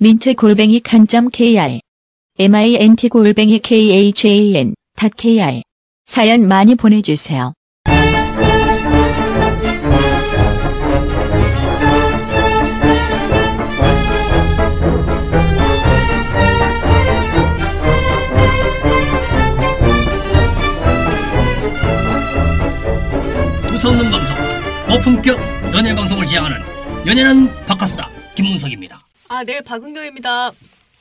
민트 골뱅이 칸점 kr mint 골뱅이 khan kr 사연 많이 보내주세요. 두서없는 방송, 고품격 연예 방송을 지향하는 연예는 바카스다 김문석입니다. 아, 네, 박은경입니다.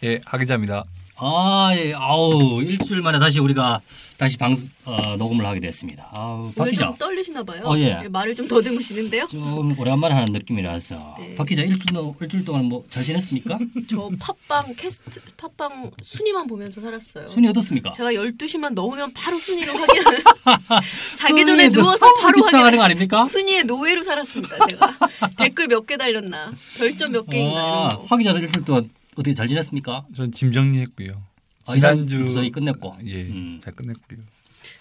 예, 하기자입니다. 아, 예, 아우 일주일 만에 다시 우리가 다시 방 어, 녹음을 하게 됐습니다. 아우 박 오늘 기자, 좀 떨리시나 봐요. 어, 예. 말을 좀 더듬으시는데요. 좀 오랜만에 하는 느낌이라서 네. 박 기자 일주일 동- 일주일 동안 뭐 잘 지냈습니까? 저 팟빵 캐스트 팟빵 순위만 보면서 살았어요. 순위 어떻습니까? 제가 12시만 넣으면 바로 순위로 확인하는 자기 전에 순위에 누워서 너무 바로 어, 집착하는 확인하는 거 아닙니까? 순위의 노예로 살았습니다, 제가. 댓글 몇 개 달렸나? 별점 몇 개인가 이런 아, 거. 박 기자는 일주일 동안 어떻게 잘 지냈습니까? 전 짐 정리했고요. 아, 이사 지난주 무사히 끝냈고. 예, 음. 잘 끝냈고요.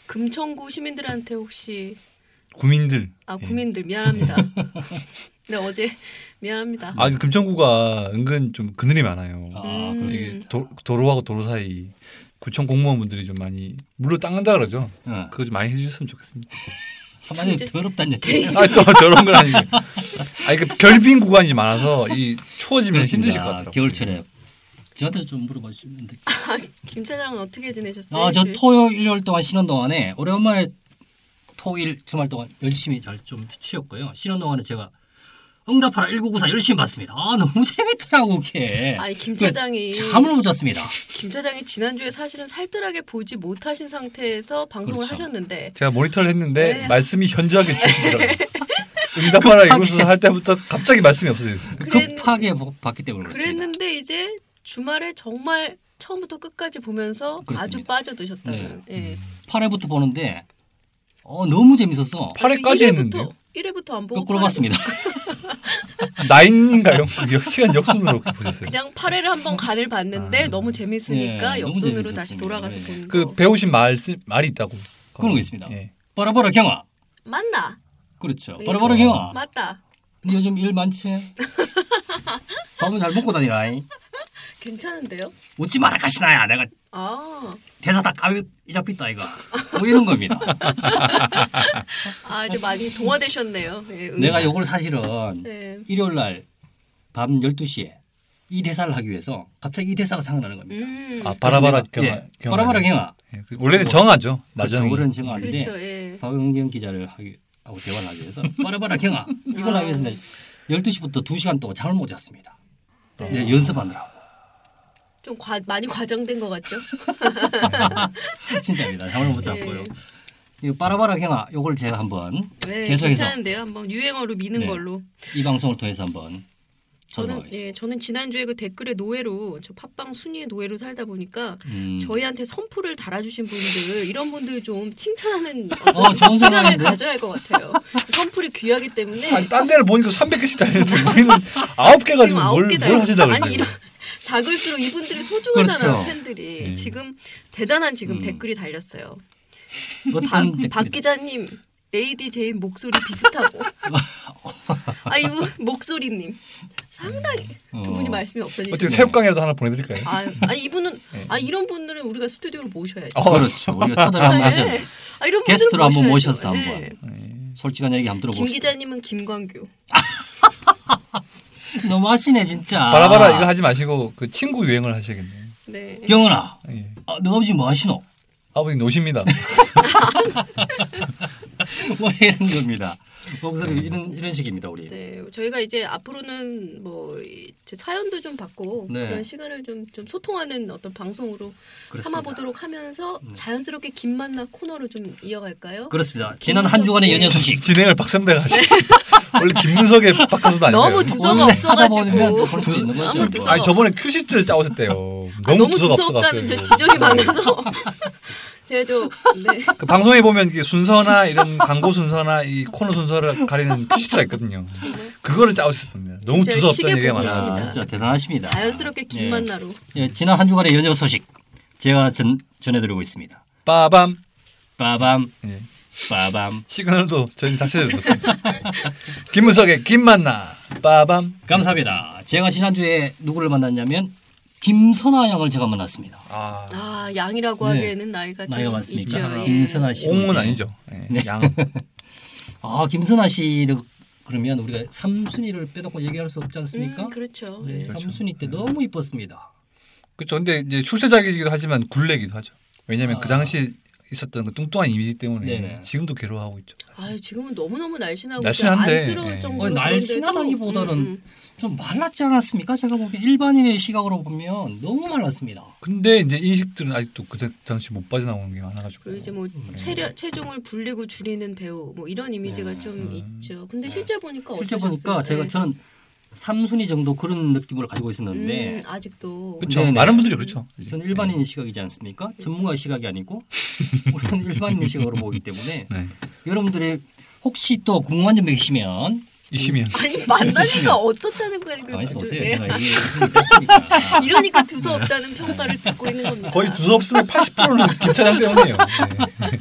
금천구 시민들한테 혹시 구민들. 아, 예. 구민들 미안합니다. 네, 어제 미안합니다. 아, 금천구가 은근 좀 그늘이 많아요. 네. 아, 음. 되게 그렇습니다. 도, 도로하고 도로 사이 구청 공무원분들이 좀 많이 물로 닦는다 그러죠. 음. 응. 그거 좀 많이 해주셨으면 좋겠습니다. 예, 한마디로 이제- 더럽다는 얘기. 아, 또 저런 건 아니고. 아니 그 결빙 구간이 많아서 이 추워지면 힘드실 것 같더라고요. 그러니까 네. 겨울철에 저한테 좀 물어봐 주시면 돼. 김 차장은 어떻게 지내셨어요? 아, 저 일주일? 토요일 일요일 동안 쉬는 동안에 오랜만에 토일 주말 동안 열심히 잘 좀 쉬었고요. 쉬는 동안에 제가 응답하라 1994 열심히 봤습니다. 아, 너무 재밌더라고, 그게. 아니, 김 차장이 잠을 못 잤습니다. 김 차장이 지난주에 사실은 살뜰하게 보지 못하신 상태에서 방송을 그렇죠. 하셨는데 제가 모니터를 했는데 네. 아, 말씀이 현저하게 지시더라고요. 응답하라 네. 이곳에서 할 때부터 갑자기 말씀이 없어졌어요. 그랬- 급하게 보- 봤기 때문에 그렇습니다. 그랬는데 이제 주말에 정말 처음부터 끝까지 보면서 아주 그렇습니다. 네. 음. 빠져드셨다는. 예. 8회부터 보는데 어, 너무 재밌어서 아니, 8회까지 했는데요. 1회부터 안 보고 거꾸로 8회 봤습니다. 나인인가요? 역- 시간 역순으로 보셨어요. 그냥 8회를 한번 간을 봤는데 아. 너무 재밌으니까 예, 음. 너무 역순으로 재밌었습니다. 다시 돌아가서 예. 보는 그 거. 배우신 말 말이 있다고. 그런 거 있습니다. 예. 바라바라 경아. 맞나? 그렇죠. 네. 바라바라 경아. 맞다. 니 요즘 일 많지? 밥은 잘 먹고 다니라잉. 괜찮은데요? 웃지 마라 가시나야. 내가 아, 대사 다 까위 잡혔다 이거. 뭐 이런 겁니다. 아 이제 많이 동화되셨네요. 예, 응. 내가 요걸 사실은 네. 일요일 날밤 12시에 이 대사를 하기 위해서 갑자기 이 대사가 생각나는 겁니다. 음. 아 바라바라 그래서 경아. 내가, 예, 바라바라 경아. 예, 그 원래는 정하죠. 그렇죠. 나중에. 그런 지금 아닌데 그렇죠. 예. 박은경 기자를 하기, 하고 대화를 하기 위해서 바라바라 경아. 이걸 하기 위해서 12시부터 2시간 동안 잠을 못 잤습니다. 네. 예, 연습하느라고. 좀 과, 많이 과장된 것 같죠? 진짜입니다. 잠을 못 잤고요. 이 바라바라 경아 요걸 제가 한번 네, 계속해서. 괜찮은데요. 한번 유행어로 미는 네. 걸로. 이 방송을 통해서 한번 저는 전화하겠습니다. 예, 저는 지난주에 그 댓글의 노예로 저 팟빵 순위의 노예로 살다 보니까 음. 네. 저희한테 선풀을 달아주신 분들 이런 분들 좀 칭찬하는 어, 어떤 좋은 시간을 생각인데? 가져야 할 것 같아요. 선풀이 귀하기 때문에 아니 딴 데를 보니까 300개씩 다 했는데 우리는 9개 지금 가지고 아홉 뭘, 개다. 뭘 하시려고 아니 그랬어요. 이런 작을수록 이분들이 소중하잖아요 그렇죠. 팬들이 네. 지금 대단한 지금 음. 댓글이 달렸어요. 박, 어떤 댓글이- 박 기자님. AD 제인 목소리 비슷하고 아이고 목소리님 상당히 두 분이 어. 말씀이 없어지시네요. 어떻게 새우깡이라도 하나 보내드릴까요? 아, 아니 이분은 네. 아 이런 분들은 우리가 스튜디오로 모셔야죠. 어, 그렇죠. 우리가 초대를 한번 하자. 네. 아, 이런 분들은 게스트로 한번 모셔야죠. 모셔서 네. 한번. 예. 솔직한 얘기 한번 김 들어봅시다. 기자님은 김광규. 너무 하시네 진짜. 바라바라 이거 하지 마시고 그 친구 유행을 하셔야겠네요. 네. 경은아, 예. 아, 너 지금 뭐 하시노? 아버님 노십니다. 뭐 이런 겁니다. 목소리 음. 이런 이런 식입니다 우리. 네, 저희가 이제 앞으로는 뭐이제 사연도 좀 받고 네. 그런 시간을 좀, 좀 소통하는 어떤 방송으로 그렇습니다. 삼아보도록 하면서 네. 자연스럽게 김 만나 코너로 좀 이어갈까요? 그렇습니다. 지난 한 주간의 연예 소식. 진행을 박선배가 하시. 원래 김문석의 박선수도 아니에요. 음. 너무 두서가 오늘 네. 하다 보면 없어가지고 볼수 있는 거죠. 아무 두서가 아니 저번에 큐시트를 짜오셨대요. 너무, 아, 너무 두서가 두서없다는 없어가지고. 저 지적이 많아서 제가 좀 네. 그 방송에 보면 이게 순서나 이런 광고 순서나 이 코너 순서를 가리는 큐시트가 있거든요. 그거를 짜오셨습니다. 너무 진짜 두서 시계 없다는 얘기가 보고 많아. 있습니다. 아, 진짜 대단하십니다. 네, 자연스럽게 김 예. 만나로 예, 지난 한 주간의 연예 소식 제가 전 전해드리고 있습니다. 빠밤. 빠밤 예. 빠밤 시그널도 저희 다시 해드렸습니다. 김문석의 김만나. 빠밤. 감사합니다. 제가 지난 주에 누구를 만났냐면 김선아 양을 제가 만났습니다. 아, 아 양이라고 네. 하기에는 나이가 나이가 좀 많습니까? 있죠. 예. 김선아 씨. 옹은 아니죠. 예, 네. 양은. 아 김선아 씨를 그러면 우리가 삼순이를 빼놓고 얘기할 수 없지 않습니까? 음, 그렇죠. 네, 예. 그렇죠. 삼순이 때 너무 이뻤습니다. 그렇죠. 근데 이제 출세작이기도 하지만 굴레기도 하죠. 왜냐하면 그 아. 당시 있었던 그 뚱뚱한 이미지 때문에 네네. 지금도 괴로워하고 있죠. 아유 지금은 너무 너무 날씬하고 날씬한데, 안쓰러울 예. 아니, 정도로 그런데도, 네. 음, 날씬하다기보다는 좀 말랐지 않았습니까? 제가 보기엔 일반인의 시각으로 보면 너무 말랐습니다. 근데 이제 인식들은 아직도 그 당- 당시 못 빠져나오는 게 많아가지고. 그리고 이제 뭐 음. 체려, 체중을 불리고 줄이는 배우 뭐 이런 이미지가 네. 좀 음. 있죠. 근데 실제 보니까 실제 어떠셨어요? 보니까 제가 네. 저는 삼순이 정도 그런 느낌을 가지고 있었는데 음, 아직도 그렇죠. 네네. 많은 분들이 그렇죠. 저는 일반인 의 시각이지 않습니까? 네. 전문가의 시각이 아니고 우리는 일반인 의 시각으로 보기 때문에 네. 여러분들이 혹시 또 궁금한 점이 있으면 이시면 아니 만나니까 어떻다는 거예요? 그- 그 가만히 있어 보세요. 네. 제가 이게 무슨 일이 있습니까? 이러니까 두서 없다는 평가를 듣고 있는 겁니다. 거의 두서없으면 80%는 김차장 때문이에요. 네.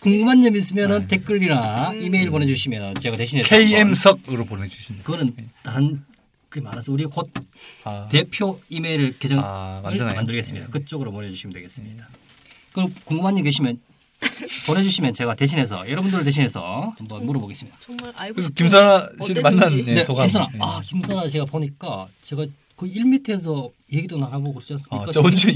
궁금한 점 있으면 댓글이나 음. 이메일 보내주시면 제가 대신해서 한번 KM석으로 보내주시면. 그거는 다른 게 많아서 우리 곧 아, 대표 이메일 계정을 아, 만드나요? 만들겠습니다. 그쪽으로 보내주시면 되겠습니다. 그럼 궁금한 점 계시면 보내주시면 제가 대신해서 여러분들을 대신해서 한번 물어보겠습니다. 정말 알고 그래서 싶은 김선아 씨를 어땠는지. 만난 네, 네, 소감. 김선아, 네. 아 김선아 제가 보니까 제가 그 1m에서 얘기도 나눠보고 그렇지 않습니까? 어, 저번 주에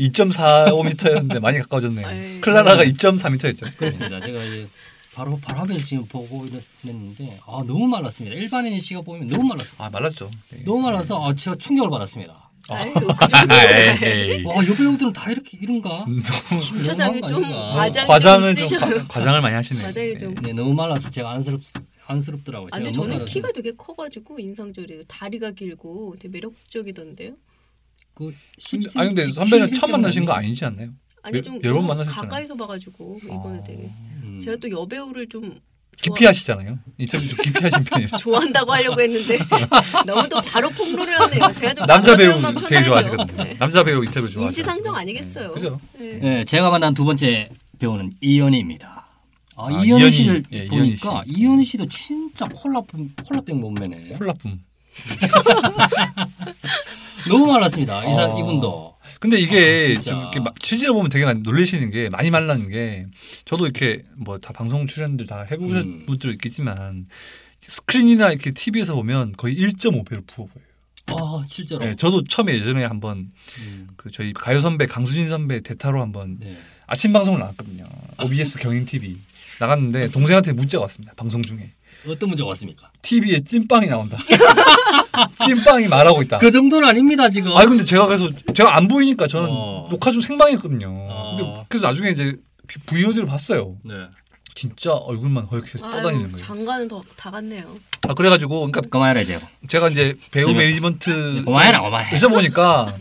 2.45m였는데 많이 가까워졌네요. 아이. 예. 클라라가 2.4m였죠. 그렇습니다. 제가 이제 바로 바로 앞에서 지금 보고 있는데 아 너무 말랐습니다. 일반인 씨가 보면 너무 말랐어요. 아 말랐죠. 네. 너무 어, 말라서 아 제가 충격을 받았습니다. 아유, 그 정도 에이. 와 여배우들은 다 이렇게 이런가? 너무 김 차장이 그런 좀 거 아닌가? 과장 과장을 좀 좀 쓰셔요. 과- 과장을 많이 하시네. 과장이 좀. 네 너무 말라서 제가 안쓰럽 안쓰럽더라고요. 아, 근데 제가 저는 너무 키가 말라서. 되게 커가지고 인상적이에요. 다리가 길고 되게 매력적이던데요. 그 근데- 10cm 아니 근데 선배는 키울 처음 만나신 거 때문에 아니지 않나요? 아니 여- 좀 여러 번 너무 만나셨잖아요. 가까이서 봐가지고 네, 이번에 아, 되게 음. 제가 또 여배우를 좀 깊이 하시잖아요. 인터뷰 좀 깊이 하신 편이라. 좋아한다고 하려고 했는데 너무 또 바로 폭로를 하네요. 제가 좀 남자 남자 배우 배우만 되게 판단해요. 좋아하시거든요. 음. 네. 남자 배우 인터뷰 좋아하시죠. 인지상정 아니겠어요. 그죠? 네. 네, 제가 만난 두 번째 배우는 이연희입니다. 아, 아, 이연희, 이연희. 씨를 예, 보니까 이연희 씨. 이연희, 씨도 진짜 콜라 콜라병 몸매네. 콜라품. 너무 말랐습니다. 이 사람 아. 이분도 근데 아, 이게 진짜. 좀 이렇게 막 취지로 보면 되게 많이 놀리시는 게 많이 말라는 게 저도 이렇게 뭐 다 방송 출연들 다 해보신 음. 분들 있겠지만 스크린이나 이렇게 TV에서 보면 거의 1.5배로 부어 보여요. 아 실제로. 예, 저도 처음에 예전에 한번 음, 그 저희 가요 선배 강수진 선배 대타로 한번 네. 아침 방송을 나갔거든요. OBS 경인 TV 나갔는데 동생한테 문자가 왔습니다. 방송 중에 어떤 문제가 왔습니까? TV에 찐빵이 나온다. 찐빵이 말하고 있다. 그 정도는 아닙니다 지금. 아니 근데 제가 그래서 제가 안 보이니까 저는 어. 녹화 중 생방이었거든요. 어. 근데 그래서 나중에 이제 VOD를 봤어요. 네. 진짜 얼굴만 허옇게 떠다니는 아유, 거예요. 장가는 더 다 갔네요. 아 그래가지고 그러니까 그만해라 이제. 제가 이제 배우 제가- 매니지먼트 그만해라 그만해. 여쭤보니까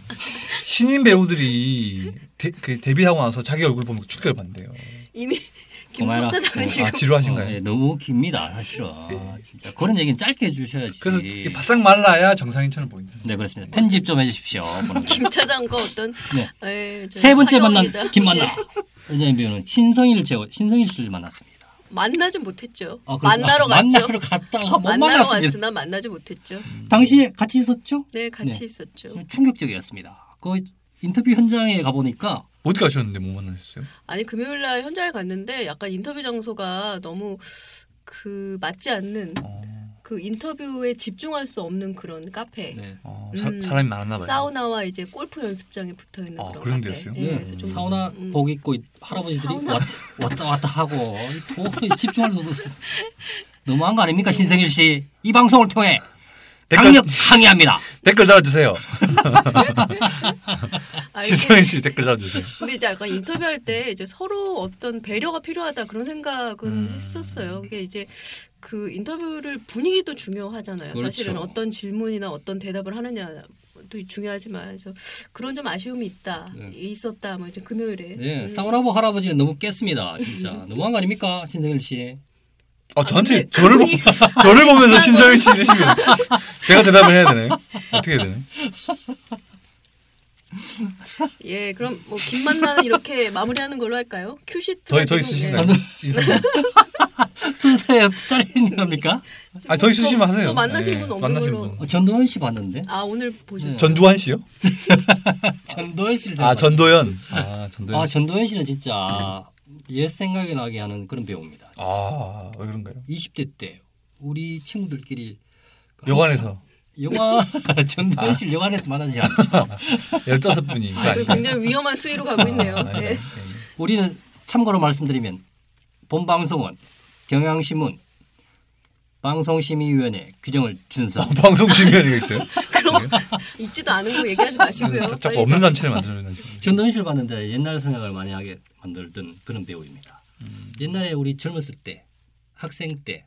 신인 배우들이 데, 그 데뷔하고 나서 자기 얼굴 보면 축결 받는데요. 이미 고마워라. 김국 차장은 네. 지금 아 지루하신가요? 어, 예, 너무 깁니다 사실은. 네. 진짜 그런 얘기는 짧게 해주셔야지. 그래서 이게 바싹 말라야 정상인처럼 보인다. 네 그렇습니다. 편집 좀 해주십시오. 보는 거. 김 차장과 어떤 네. 에, 저희 세 번째 하경원 만난 기자. 네. 김만나 연예인 배우는 신성일 제가 신성일 씨를 만났습니다. 만나지 못했죠. 아, 그래서 만나러 만- 갔죠. 어, 만나러 갔다가 못 만나러 만났습니다. 왔으나 만나지 못했죠. 당시에 같이 있었죠? 네, 같이 네. 있었죠. 좀 충격적이었습니다. 그 인터뷰 현장에 가보니까 어디 가셨는데 못 만나셨어요? 아니 금요일 날 현장에 갔는데 약간 인터뷰 장소가 너무 그 맞지 않는 어, 그 인터뷰에 집중할 수 없는 그런 카페. 네. 어, 사, 음. 사람이 많았나 봐요. 사우나와 이제 골프 연습장에 붙어 있는 아, 그런, 그런 카페. 데였어요? 예, 그래서 좀 사우나 음. 복 입고 할아버지들이 사우나. 왔, 왔다 왔다 하고 도저히 집중할 수 없었어요. 너무한 거 아닙니까 신성일 씨? 이 방송을 통해 댓글, 강력 항의합니다. 댓글 달아주세요. 아, 이게 시성인 씨 댓글 달아주세요. 근데 이제 약간 인터뷰할 때 이제 서로 어떤 배려가 필요하다 그런 생각은 음. 했었어요. 그게 이제 그 인터뷰를 분위기도 중요하잖아요. 그렇죠. 사실은 어떤 질문이나 어떤 대답을 하느냐도 중요하지만 그래서 그런 좀 아쉬움이 있다, 네. 있었다. 뭐 이제 금요일에 예, 음. 사우나보 할아버지는 너무 깼습니다. 진짜 너무한 거 아닙니까 신성일 씨? 아, 저한테 근데 저를, 그분이- 보- 저를 보면서 신성인 씨 이러시면 제가 대답을 해야 되네. 어떻게 해야 되네. 예, 그럼 뭐 김만나는 이렇게 마무리하는 걸로 할까요? 큐시트 더, 더 지금, 있으신가요? 예, 순서에 잘리는 겁니까? 좀 아, 더 있으시면 더- 하세요. 더 만나신 예, 분 없는 만나신 걸로. 분. 음. 어, 전도현 씨 봤는데 아 오늘 보셨죠? 전두환 씨요? 전도현 씨를 제가 아, 봤- 전도연. 아, 전도연. 아 씨. 전도현 씨는 진짜 옛 생각이 나게 하는 그런 배우입니다. 아, 왜 그런가요? 20대 때 우리 친구들끼리 그 여관에서 영화 전도현 씨를 여관에서 만나지 않죠. 15분이. 아, 그 굉장히 위험한 수위로 가고 있네요. 음. 예. 우리는 참고로 말씀드리면 본 방송은 경향신문 방송심의위원회 규정을 준수합니다. 어, 방송 심의위원회가 있어요? 네. 그럼 있지도 않은 거 얘기하지 마시고요. 자꾸 빨리 음. 없는 단체를 만들어내는 식으로. 전도현 씨를 봤는데 옛날 생각을 많이 하게 만들던 그런 배우입니다. 음. 옛날에 우리 젊었을 때 학생 때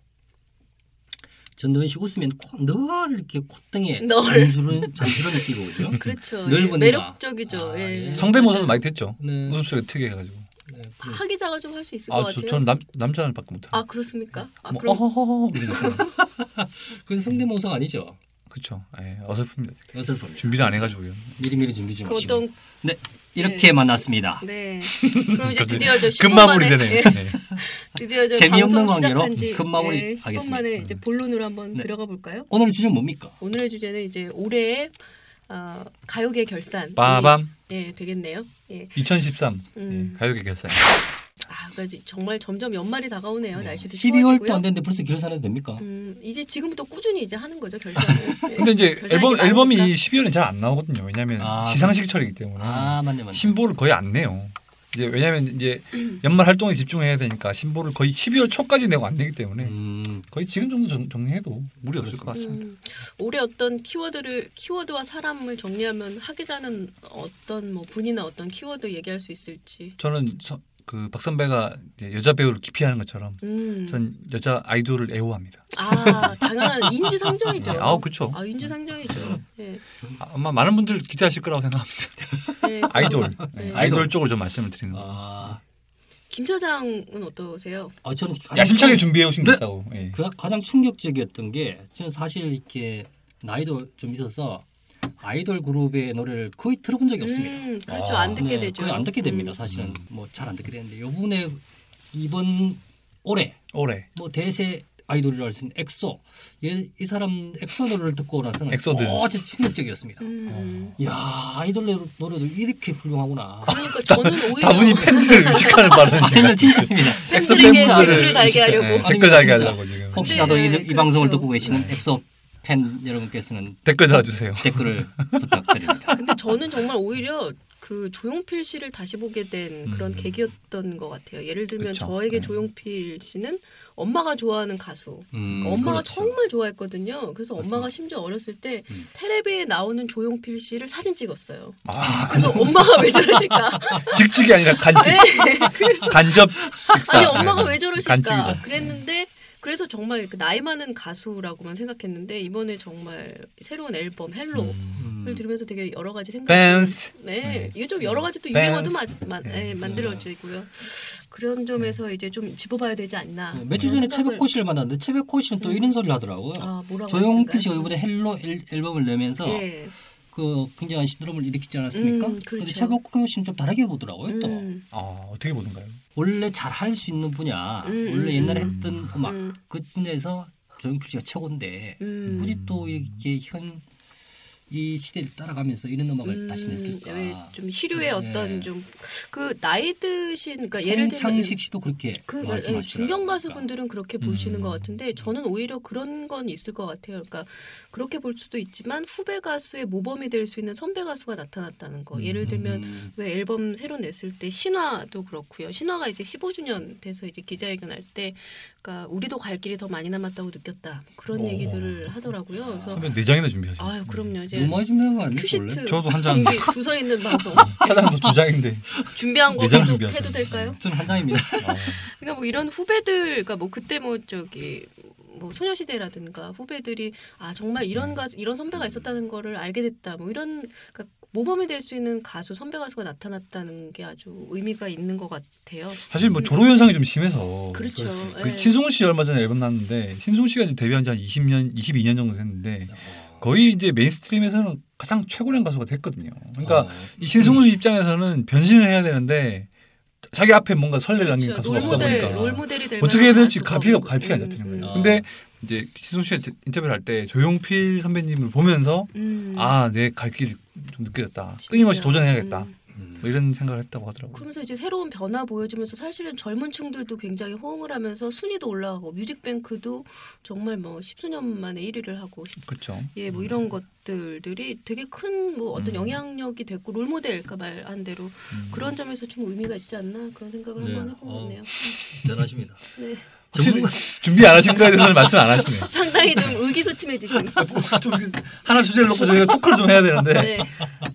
전도현 씨 웃으면 코, 늘 이렇게 콧등에 널. 잔주를 잔주를 느끼고 오죠. 그렇죠. 넓은 예, 이마. 매력적이죠. 아, 예. 예. 성대모사도 많이 됐죠. 네. 웃음소리가 특이해가지고. 네, 그런- 하기자가 좀 할 수 있을 것 아, 저, 같아요. 저는 남, 남자는 밖에 못해요. 아 그렇습니까? 아 뭐, 그럼 어허허허. 그런 거. 그렇죠. 그건 성대모사 아니죠. 그쵸. 예, 어설픕니다. 어설픕니다. 준비를 안 해가지고요. 미리미리 준비 좀 그 하시고 어떤 이렇게 네. 만났습니다. 네. 그럼 이제 드디어 저 10분 금마무리 만에 예, 되네요. 네. 드디어 저 재미없는 방송 관계로 시작한 지 금마무리 예, 10분 하겠습니다. 만에 이제 본론으로 한번 네. 들어가 볼까요? 오늘 주제 뭡니까? 오늘의 주제는 이제 올해의 어, 가요계 결산. 빠밤. 예, 되겠네요. 예. 2013. 음. 예, 가요계 결산. 아, 그러니까 이제 정말 점점 연말이 다가오네요. 날씨도 12월도 추워지고요. 안 됐는데 벌써 결산해도 됩니까? 음, 이제 지금부터 꾸준히 이제 하는 거죠, 결산을. 예. 근데 이제 결산이 앨범, 많으니까. 앨범이 12월에 잘 안 나오거든요. 왜냐면 아, 시상식 처리이기 때문에. 아 맞네 맞네. 신보를 거의 안 내요. 이제 왜냐면 이제 연말 활동에 집중해야 되니까 신보를 거의 12월 초까지 내고 안 내기 때문에 음, 거의 지금 정도 정, 정리해도 무리 없을 것 같습니다. 음, 올해 어떤 키워드를 키워드와 사람을 정리하면 하기자는 어떤 뭐 분이나 어떤 키워드 얘기할 수 있을지. 음. 저는 서- 그 박선배가 이제 여자 배우를 기피하는 것처럼 음. 전 여자 아이돌을 애호합니다. 아 당연한 인지상정이죠. 네, 아우 그쵸. 아, 인지상정이죠. 예. 아, 아마 많은 분들 기대하실 거라고 생각합니다. 예. 아이돌, 네, 네. 아이돌 쪽으로 좀 말씀을 드리는 거. 아, 김 처장은 어떠세요? 아 저는 가장 야심차게 충- 준비해 오신 네. 게 있다고. 예. 그 가장 충격적이었던 게 저는 사실 이렇게 나이도 좀 있어서 아이돌 그룹의 노래를 거의 들어본 네, 적이 없습니다. 음, 그렇죠. 아. 안 듣게 네, 되죠. 거의 안 듣게 됩니다. 사실은 음. 뭐 잘 안 듣게 되는데 요번에 이번 올해 올해 뭐 대세 아이돌이라 할 수 있는 엑소 얘, 이 사람 엑소 노래를 듣고 나서는 엑소들. 어, 진짜 충격적이었습니다. 음. 아, 음. 야 아이돌 노- 노래도 이렇게 훌륭하구나. 그러니까 저는 오히려 어. 다분히 팬들을 의식하는 발언이니까 팬들 진짜입니다. 엑소 팬들에게 팬분들을 댓글을 달게 하려고. 예, 댓글 아니면 달게 진짜 하려고 지금 혹시라도 이, 네, 이 방송을 그렇죠. 듣고 계시는 엑소 팬 여러분께서는 댓글 달아주세요. 댓글을 부탁드립니다. 근데 저는 정말 오히려 그 조용필 씨를 다시 보게 된 그런 음. 계기였던 것 같아요. 예를 들면 그쵸. 저에게 네. 조용필 씨는 엄마가 좋아하는 가수. 음, 그러니까 엄마가 그렇죠. 정말 좋아했거든요. 그래서 엄마가 맞습니다. 심지어 어렸을 때 음. 텔레비에 나오는 조용필 씨를 사진 찍었어요. 아, 그래서 엄마가 왜 저러실까? 직직이 아니라 간직, 네. 그래서 간접 직사. 아니 엄마가 네. 왜 저러실까? 간직이죠. 그랬는데 그래서 정말 그 나이 많은 가수라고만 생각했는데 이번에 정말 새로운 앨범 헬로를 음, 들으면서 되게 여러 가지 생각. 밴스 네, 네. 이게 좀 여러 가지 또 밴스. 유행어도 마, 마, 네, 네. 만들어지고요. 그런 점에서 네. 이제 좀 짚어봐야 되지 않나. 몇 주 전에 생각을- 채베코 씨를 만났는데 채베코 씨는 또 음. 이런 소리를 하더라고요. 네. 아, 뭐라고 조용필 하셨을까요? 씨가 이번에 헬로 앨, 앨범을 내면서 예. 그 굉장한 시드롬을 일으키지 않았습니까? 음, 그렇죠. 근데 채베코 씨는 좀 다르게 보더라고요. 또 음, 어, 어떻게 보던가요? 원래 잘 할 수 있는 분야, 음, 원래 음, 옛날에 음. 했던 음악 음, 그 분야에서 조용필 씨가 최고인데 음. 굳이 또 이렇게 현 이 시대를 따라가면서 이런 음악을 다시 냈을까? 왜 예, 좀 시류의 네. 어떤 좀 그 나이 드신 그러니까 예를 들면 송창식 씨도 그렇게 그 말씀하시더라고요. 그러니까. 중견 가수분들은 그렇게 보시는 음. 것 같은데 저는 오히려 그런 건 있을 것 같아요. 그러니까 그렇게 볼 수도 있지만 후배 가수의 모범이 될 수 있는 선배 가수가 나타났다는 거. 예를 들면 음, 왜 앨범 새로 냈을 때 신화도 그렇고요. 신화가 이제 15주년 돼서 이제 기자회견할 때 그러니까 우리도 갈 길이 더 많이 남았다고 느꼈다. 그런 어. 오. 얘기들을 하더라고요. 그래서 그러면 네 장이나 준비하죠. 아유 그럼요 이제 너무 많이 준비한 거 아니에요? 원래? 큐시트 저도 한 장. 공개 두서 있는 방송 사장도 두 장인데. 준비한 거 내장 계속 네 준비하죠. 해도 될까요? 저는 한 장입니다. 아, 그러니까 뭐 이런 후배들, 그러니까 뭐 그때 뭐 저기 뭐 소녀시대라든가 후배들이 아 정말 음. 이런 가수, 이런 선배가 있었다는 거를 알게 됐다. 뭐 이런 그러니까 모범이 될 수 있는 가수 선배 가수가 나타났다는 게 아주 의미가 있는 것 같아요. 사실 뭐 조로 현상이 좀 심해서. 그렇죠. 그 예. 신승훈 씨 얼마 전에 앨범 나왔는데 신승훈 씨가 이제 데뷔한 지 한 20년, 22년 정도 됐는데 거의 이제 메인스트림에서는 가장 최고령 가수가 됐거든요. 그러니까 어. 이 신승훈 씨 입장에서는 변신을 해야 되는데 자기 앞에 뭔가 설레를 남기는 그렇죠. 가수가 없다 롤모델, 보니까 롤모델이 될 어떻게 해야 만한 될지 가수가 갈피가 없고. 갈피가 안 음, 잡히는 거예요. 음. 근데 이제 신승훈 씨가 인터뷰를 할 때 조용필 선배님을 보면서 음. 아 내 갈 길이 좀 느껴졌다. 진짜. 끊임없이 도전해야겠다. 음. 뭐 이런 생각을 했다고 하더라고요. 그러면서 이제 새로운 변화 보여주면서 사실은 젊은 층들도 굉장히 호응을 하면서 순위도 올라가고 뮤직뱅크도 정말 뭐 십수년 만에 1위를 하고 그렇죠. 예, 뭐 이런 것들들이 되게 큰 뭐 어떤 음. 영향력이 됐고 롤모델 그러니까 말한 대로 음. 그런 점에서 좀 의미가 있지 않나 그런 생각을 네. 한번 어. 해보네요. 음. 대단하십니다. 네, 확실히 전문가 준비 안 하신 거에 대해서는 말씀 안 하시네요. 상당히 좀 의기소침해지신. 어, 좀 하나 주제를 놓고 저희가 토크를 좀 해야 되는데 네,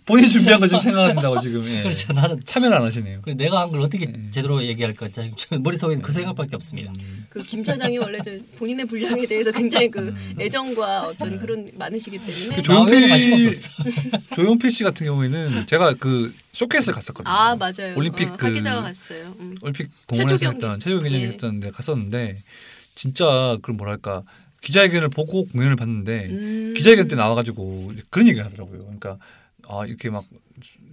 본인 준비한 거 좀 생각하신다고 지금 예. 그렇죠. 나는 참여를 안 하시네요. 그 내가 한 걸 어떻게 네. 제대로 얘기할까 지금 저는 머릿속에는 음. 그 생각밖에 없습니다. 그 김 차장이 원래 저 본인의 분량에 대해서 굉장히 그 음. 애정과 네. 어떤 그런 많으시기 때문에. 그 조용필- 나에는 관심 없었어. 조용필 씨 같은 경우에는 제가 그 쇼케이스를 갔었거든요. 아 맞아요. 올림픽 어, 그- 하기자가 갔어요. 음. 올림픽 동호회에서 체조 경기. 했던 체조 경기장 예. 했던 데 갔었는데 진짜 그런 뭐랄까 기자회견을 보고 공연을 봤는데 음. 기자회견 때 나와가지고 그런 얘기를 하더라고요. 그러니까 아 이렇게 막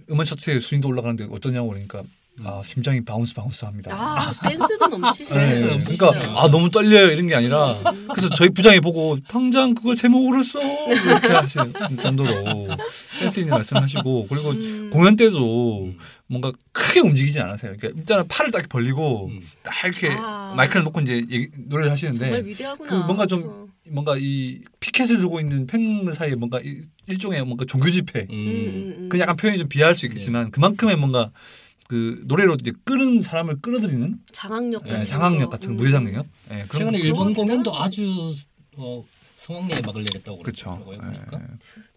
음원 차트에 순위도 올라가는데 어떠냐고 그러니까 아 심장이 바운스 바운스 합니다. 아 센스도 넘치시네. 네, 센스 없이. 그러니까 진짜. 아 너무 떨려요 이런 게 아니라 그래서 저희 부장이 보고 당장 그걸 제목으로 써 이렇게 하시는 정도로 센스 있는 말씀하시고 그리고 음. 공연 음. 때도 뭔가 크게 움직이진 않았어요. 그러니까 일단은 팔을 딱 벌리고 음. 딱 이렇게 아. 마이크를 놓고 이제 얘기- 정말 노래를 하시는데 위대하구나. 그 뭔가 좀 어. 뭔가 이 피켓을 들고 있는 팬들 사이에 뭔가 일- 일종의 뭔가 종교 집회 음, 음, 음. 그 약간 표현이 좀 비하할 네. 수 있겠지만 그만큼의 뭔가 그 노래로 이제 끄는 사람을 끌어들이는 장악력 예, 같은 거. 장악력 같은 음. 무대 장력 예, 그런 네. 최근에 거- 일본 그런 공연도 거구나. 아주 어, 성황리에 막을 내렸다고 그렇죠. 그러더라고요. 예. 보니까.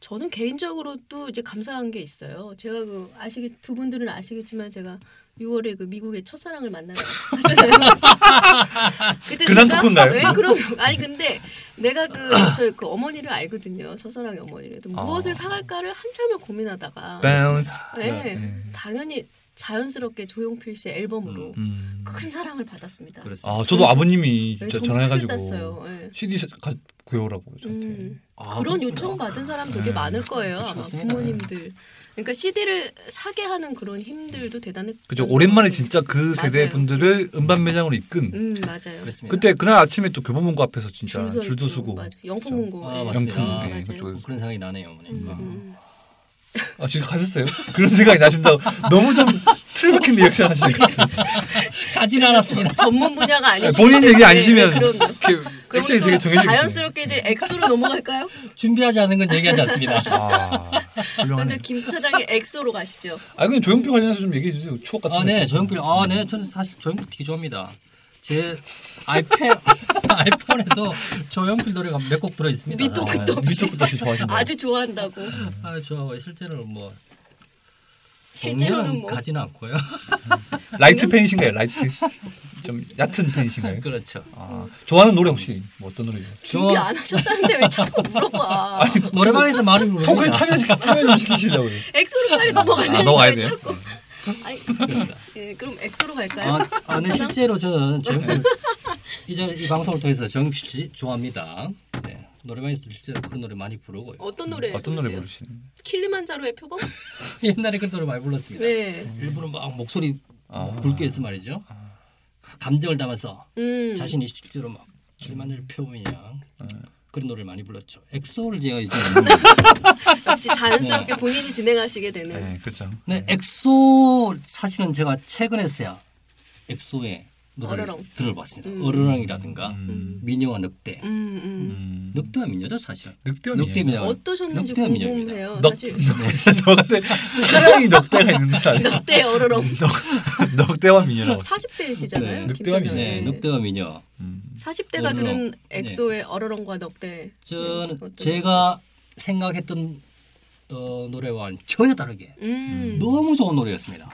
저는 개인적으로 또 이제 감사한 게 있어요. 제가 그 아시기 두 분들은 아시겠지만 제가 6월에 그 미국의 첫사랑을 만나러 갔잖아요. 그때 그런 제가- 토크인가요? 네, 그럼 아니 근데 내가 그 저 그 어머니를 알거든요. 첫사랑의 어머니를. 근데 아. 무엇을 사갈까를 한참을 고민하다가 바운스. 네, 예. 당연히 자연스럽게 조용필 씨의 앨범으로 음. 큰 사랑을 받았습니다. 그렇습니다. 아 저도 아버님이 네, 진짜 정말 전화해가지고 땄어요. 예. CD 사- 가- 구해오라고 저한테. 음. 아, 그런 그렇구나. 요청 받은 사람 되게 네. 많을 거예요. 그렇죠. 아마 맞습니다. 부모님들. 그러니까 CD를 사게 하는 그런 힘들도 대단했. 그죠. 오랜만에 진짜 그 세대 맞아요. 분들을 음반 매장으로 이끈. 음 맞아요. 그렇습니다. 그때 그날 아침에 또 교보문고 앞에서 진짜 서 줄도 있고, 서고 그렇죠. 맞아. 영풍문고. 아, 예. 맞습니다. 명품 아, 예, 맞아요. 그쪽에서 그런 생각이 나네요. 보니까. 음. 아 지금 가셨어요? 그런 생각이 나신다고 너무 좀 틀박힌 리액션 하시네요. 가지는 않았습니다. 전문 분야가 아니시. 네, 네, 본인 얘기 아니시면 그럼 이렇게 액션이 되게 정해져 있네요. 자연스럽게 이제 엑소로 넘어갈까요? 준비하지 않은 건 얘기하지 않습니다. 아 먼저 훌륭하네. 김 차장의 엑소로 가시죠. 아 근데 조용필 관련해서 좀 얘기해 주세요. 추억 같은 아, 거. 네, 조용필. 아, 네, 저는 사실 조용필 되게 좋아합니다. 제 아이패 아이폰에도 조용필 노래가 몇 곡 들어 있습니다. 네. 밑도 끝도 아, 없이. 밑도 끝도 없이 좋아하신다. 아주 좋아한다고. 아, 저 실제로 뭐 실제로는 공연은 뭐 가지는 않고요. 라이트 팬이신가요? 라이트 좀 얕은 팬이신가요? 그렇죠. 아 좋아하는 노래 혹시 뭐 어떤 노래? 준비 저- 안 하셨다는데 왜 자꾸 물어봐. 노래방에서 말을 부르는 토크에 참여 참여 좀 시키시려고요. 엑소로 빨리 넘어가세요. 아, 넘어가야 돼요? 자꾸. 아니, 예, 그럼 엑소로 갈까요? 아, 아, 네, 실제로 저는 조용필 이제 이 방송을 통해서 조용필 씨 좋아합니다. 네, 노래방에서 실제로 그런 노래 많이 부르고요. 어떤 노래? 어떤 노래 부르세요? 부르시는? 킬리만자로의 표범? 옛날에 그런 노래 많이 불렀습니다. 네. 일부러 막 목소리 아. 굵게 해서 말이죠. 감정을 담아서 음. 자신이 실제로 막 길만을 표현이냐 그런 노래를 많이 불렀죠. 엑소를 제가 음. 요즘 안 부릅니다. 역시 자연스럽게 본인이 진행하시게 되는. 네 그렇죠. 근데 엑소 사실은 제가 최근에서야 엑소의 노래를 어르렁. 들어봤습니다. 음. 어르렁이라든가 음. 미녀와 늑대 음, 음. 음. 늑대민요죠 사실. 늑대는 늑대입니다. 어떠셨는지 늑대 미녀입니다. 궁금해요. 넉- 사실 넉대 네. 차라리 넉대가 있는 줄 알았어. 늑대 어르렁 넉대와 미녀라고. 40대시잖아요. 음. 네, 늑대와 미녀. 네, 늑대와 미녀. 40대가 어르렁. 들은 엑소의 어르렁과 넉대. 저는 네, 어떤- 제가 생각했던 어, 노래와는 전혀 다르게 음, 너무 좋은 노래였습니다.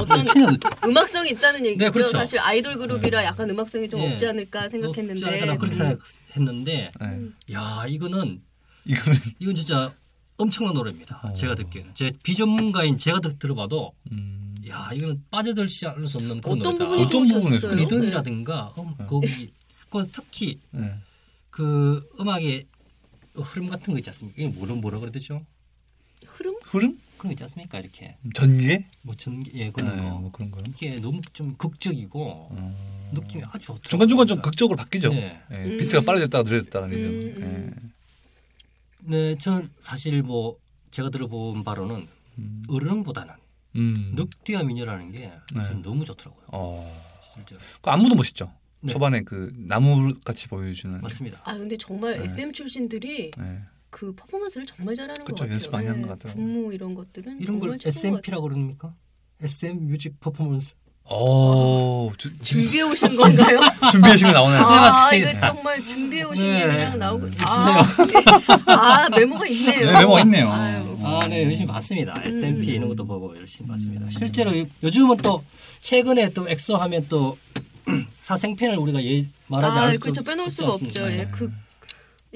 어떤 신의 느낌. 음악성이 있다는 얘기죠. 네, 그렇죠. 사실 아이돌 그룹이라 약간 음악성이 좀 네. 없지 않을까 생각했는데. 없지 않을까 나 어, 그렇게 음. 생각했는데 야 이거는 네. 이거는 이건 진짜 엄청난 노래입니다. 어. 제가 듣기에는 제 비전문가인 제가 들- 들어봐도 음, 야 이거는 빠져들지 않을 수 없는 그런 어떤 노래다. 부분이 어떤 부분에서 좋으셨어요? 그래요? 리듬이라든가 음, 네. 거기 그 특히 네. 그 음악의 흐름 같은 거 있지 않습니까? 이게 뭐라 뭐라 그래야 되죠? 네. 흐름? 흐름? 그런 거 있지 않습니까? 이렇게 전개? 뭐 전기 예 네, 그런 거 뭐 그런 거요. 이게 너무 좀 극적이고 어. 느낌이 아주 좋더라고요. 중간중간 좀 극적으로 바뀌죠. 네. 예, 음. 비트가 빨라졌다가 느려졌다가 이죠 음, 음. 네, 저는 사실 뭐 제가 들어본 바로는 음. 네. 어른보다는 음. 늑대와 미녀라는 게 저는 너무 좋더라고요. 어. 실제로. 그 안무도 멋있죠. 네. 초반에 그 나무 같이 보여주는. 맞습니다. 아 근데 정말 네. SM 출신들이 네. 그 퍼포먼스를 정말 잘하는 것 그쵸, 같아요. 연습 많이 네. 한것 같더라고요. 군무 이런 것들은 이런 걸 정말 좋은 것 같아요. SMP라고 그럽니까? SM 뮤직 퍼포먼스. 어, 주- 준비해 오신 건가요? 준비하시면 나오네요. 아, 맞습니다. 이거 정말 준비해 오신 네. 게 그냥 나오고 아, 아 메모가 있네요. 네, 메모가 있네요. 아유, 아, 네, 열심히 봤습니다. 음. SMP 이런 것도 보고 열심히 봤습니다. 실제로 요- 요즘은 또 최근에 또 엑소 하면 또 사생팬을 우리가 예, 말하지 아, 않을 수 그렇죠. 빼놓을 수가 없죠. 예, 그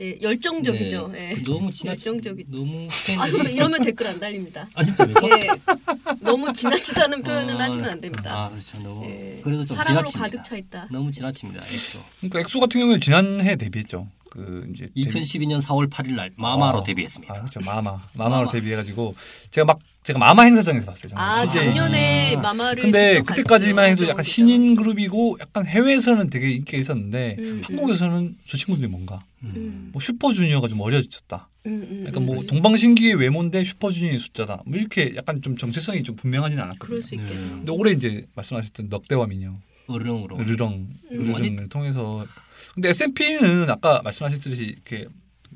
예, 열정적이죠. 예. 네. 그 너무 지나치 열정적이죠. 너무 아, 팬들이 그럼 이러면 댓글 안 달립니다. 아 진짜 예, 너무 지나치다는 표현은 아, 하시면 안 됩니다. 아 그렇죠 너무 예, 그래도 좀 사랑으로 지나칩니다. 가득 차 네. 있다. 너무 지나칩니다. 엑소. 그러니까 엑소 같은 경우에 지난해 데뷔했죠. 그 이제 데뷔- 2012년 4월 8일 날 마마로 아, 데뷔했습니다. 아, 그렇죠. 마마. 마마로 마마. 데뷔해가지고 데뷔해가지고 제가 막 제가 마마 행사장에서 봤어요. 저는. 아, 진짜 작년에 아, 마마를 음. 근데 직접 음, 그때까지만 갔죠. 해도 약간 신인 그룹이고 약간 해외에서는 되게 인기가 있었는데 음, 한국에서는 저 친구들이 뭔가 음, 뭐 슈퍼주니어가 좀 어려졌다. 음, 음, 그러니까 뭐 음. 동방신기의 외모인데 슈퍼주니어의 숫자다. 뭐 이렇게 약간 좀 정체성이 좀 분명하지는 않았거든요. 그럴 수 있겠네요. 근데 올해 이제 말씀하셨던 넉대와 미녀, 어른으로. 르렁, 음. 르렁을 통해서 근데 SMP는 아까 말씀하셨듯이 이렇게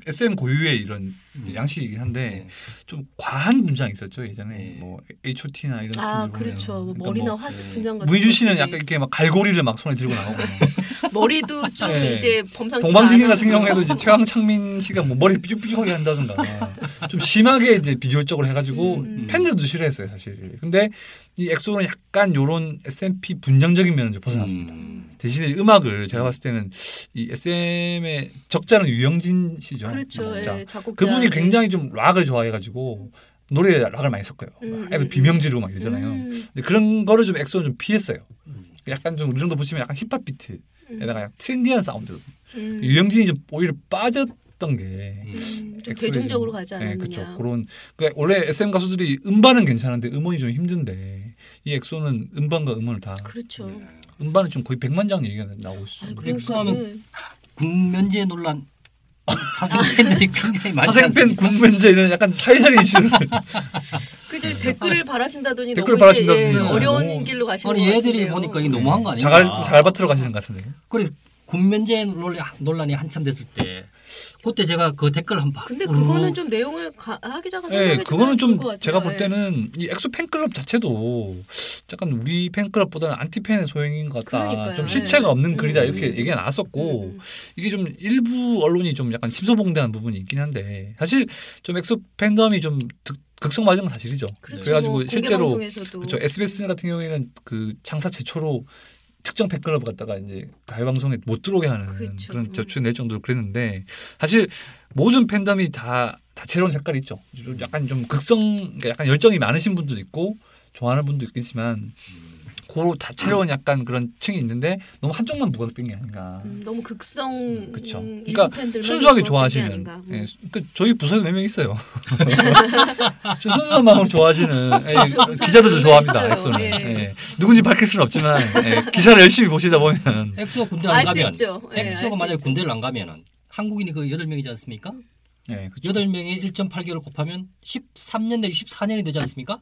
SM 고유의 이런 음. 양식이긴 한데 네. 좀 과한 분장이 있었죠 예전에 네. 뭐 H.O.T.나 이런 아, 분들 보면. 그렇죠. 뭐 그러니까 머리나 뭐 화 예. 분장 같은 문희준 씨는 것들이. 약간 이렇게 막 갈고리를 막 손에 들고 나오고 머리도 좀 예. 이제 범상치 동방신기 않아. 같은 경우에도 이제 최강창민 씨가 뭐 머리 삐죽삐죽하게 한다든가 좀 심하게 이제 비주얼적으로 해가지고 음. 팬들도 싫어했어요 사실 근데 이 엑소는 약간 요런 S.M.P 분장적인 면을 좀 벗어났습니다 음. 대신에 음악을 제가 봤을 때는 이 S.M.의 적자는 유영진 씨죠 음, 그렇죠. 예, 작곡자. 그분이 굉장히 좀 락을 좋아해가지고 노래에 락을 많이 섞어요. 음, 음, 음, 비명 지르고 막 이러잖아요. 음, 근데 그런 거를 좀 엑소는 좀 피했어요. 음. 약간 좀 어느 정도 보시면 약간 힙합 비트에다가 음, 약간 트렌디한 사운드. 음, 유영진이 좀 오히려 빠졌던 게. 음. 음, 좀 엑소의 대중적으로 가지 예, 않았느냐. 그렇죠. 그런 그러니까 원래 SM 가수들이 음반은 괜찮은데 음원이 좀 힘든데 이 엑소는 음반과 음원을 다 그렇죠. 음반은 좀 거의 100만 장 얘기가 나오고 그러니까 있죠. 아이고, 엑소하면 네. 군면제 논란 사생팬들이 굉장히 많지 사생팬 않습니까? 군면제 이런 약간 사회적인 이슈를 그죠 네. 댓글을 바라신다더니 댓글을 너무 이제, 바라신다더니 예, 어려운 너무- 길로 가시는 아니 것 얘들이 같은데요. 보니까 이게 너무한 거 아닌가? 자갈 자갈밭으로 가시는 것 같은데. 그래서 군면제 논란- 논란이 한참 됐을 때 그때 제가 그 댓글 한번 음. 근데 그거는 좀 내용을 가, 하기 자가 예, 아, 생각해 네, 그거는 좀 것 같아요. 예. 제가 볼 때는 이 엑소 팬클럽 자체도 약간 우리 팬클럽보다는 안티팬의 소행인 것 같다. 그러니까요. 좀 예. 실체가 없는 음. 글이다 이렇게 얘기가 예. 나왔었고 음, 이게 좀 일부 언론이 좀 약간 침소봉대한 부분이 있긴 한데 사실 좀 엑소 팬덤이 좀 득, 극성 맞은 건 사실이죠. 네. 그렇죠. 래가지고 뭐 공개 실제로 방송에서도. 그렇죠. SBS 같은 경우에는 그 창사 최초로 특정 팬클럽 갖다가 이제 가요 방송에 못 들어오게 하는 그쵸. 그런 저출 낼 정도로 그랬는데 사실 모든 팬덤이 다 다채로운 색깔이 있죠. 음. 좀 약간 좀 극성, 그러니까 약간 열정이 많으신 분도 있고 좋아하는 분도 있겠지만 음. 고로 다채로운 약간 그런 층이 있는데 너무 한쪽만 부각된 게 아닌가. 음, 너무 극성 그쵸. 음, 그러니까 일부 팬들만 순수하게 그런 게 좋아하시는. 아닌가. 음. 예, 그 저희 부서에 몇 명 있어요. 저 순수한 마음으로 좋아하시는 예, 부서에 기자들도 몇명 좋아합니다. 있어요. 엑소는 예. 예. 누군지 밝힐 수는 없지만 예, 기사를 열심히 보시다 보면 엑소 군대 안 알수 가면 있죠. 예, 알수 엑소가 만약에 있죠. 그렇죠. 군대를 안 가면은 한국인이 그 여덟 명이지 않습니까? 예, 그쵸. 여덟 명이 1.8개월 곱하면 13년 내지 14년이 되지 않습니까?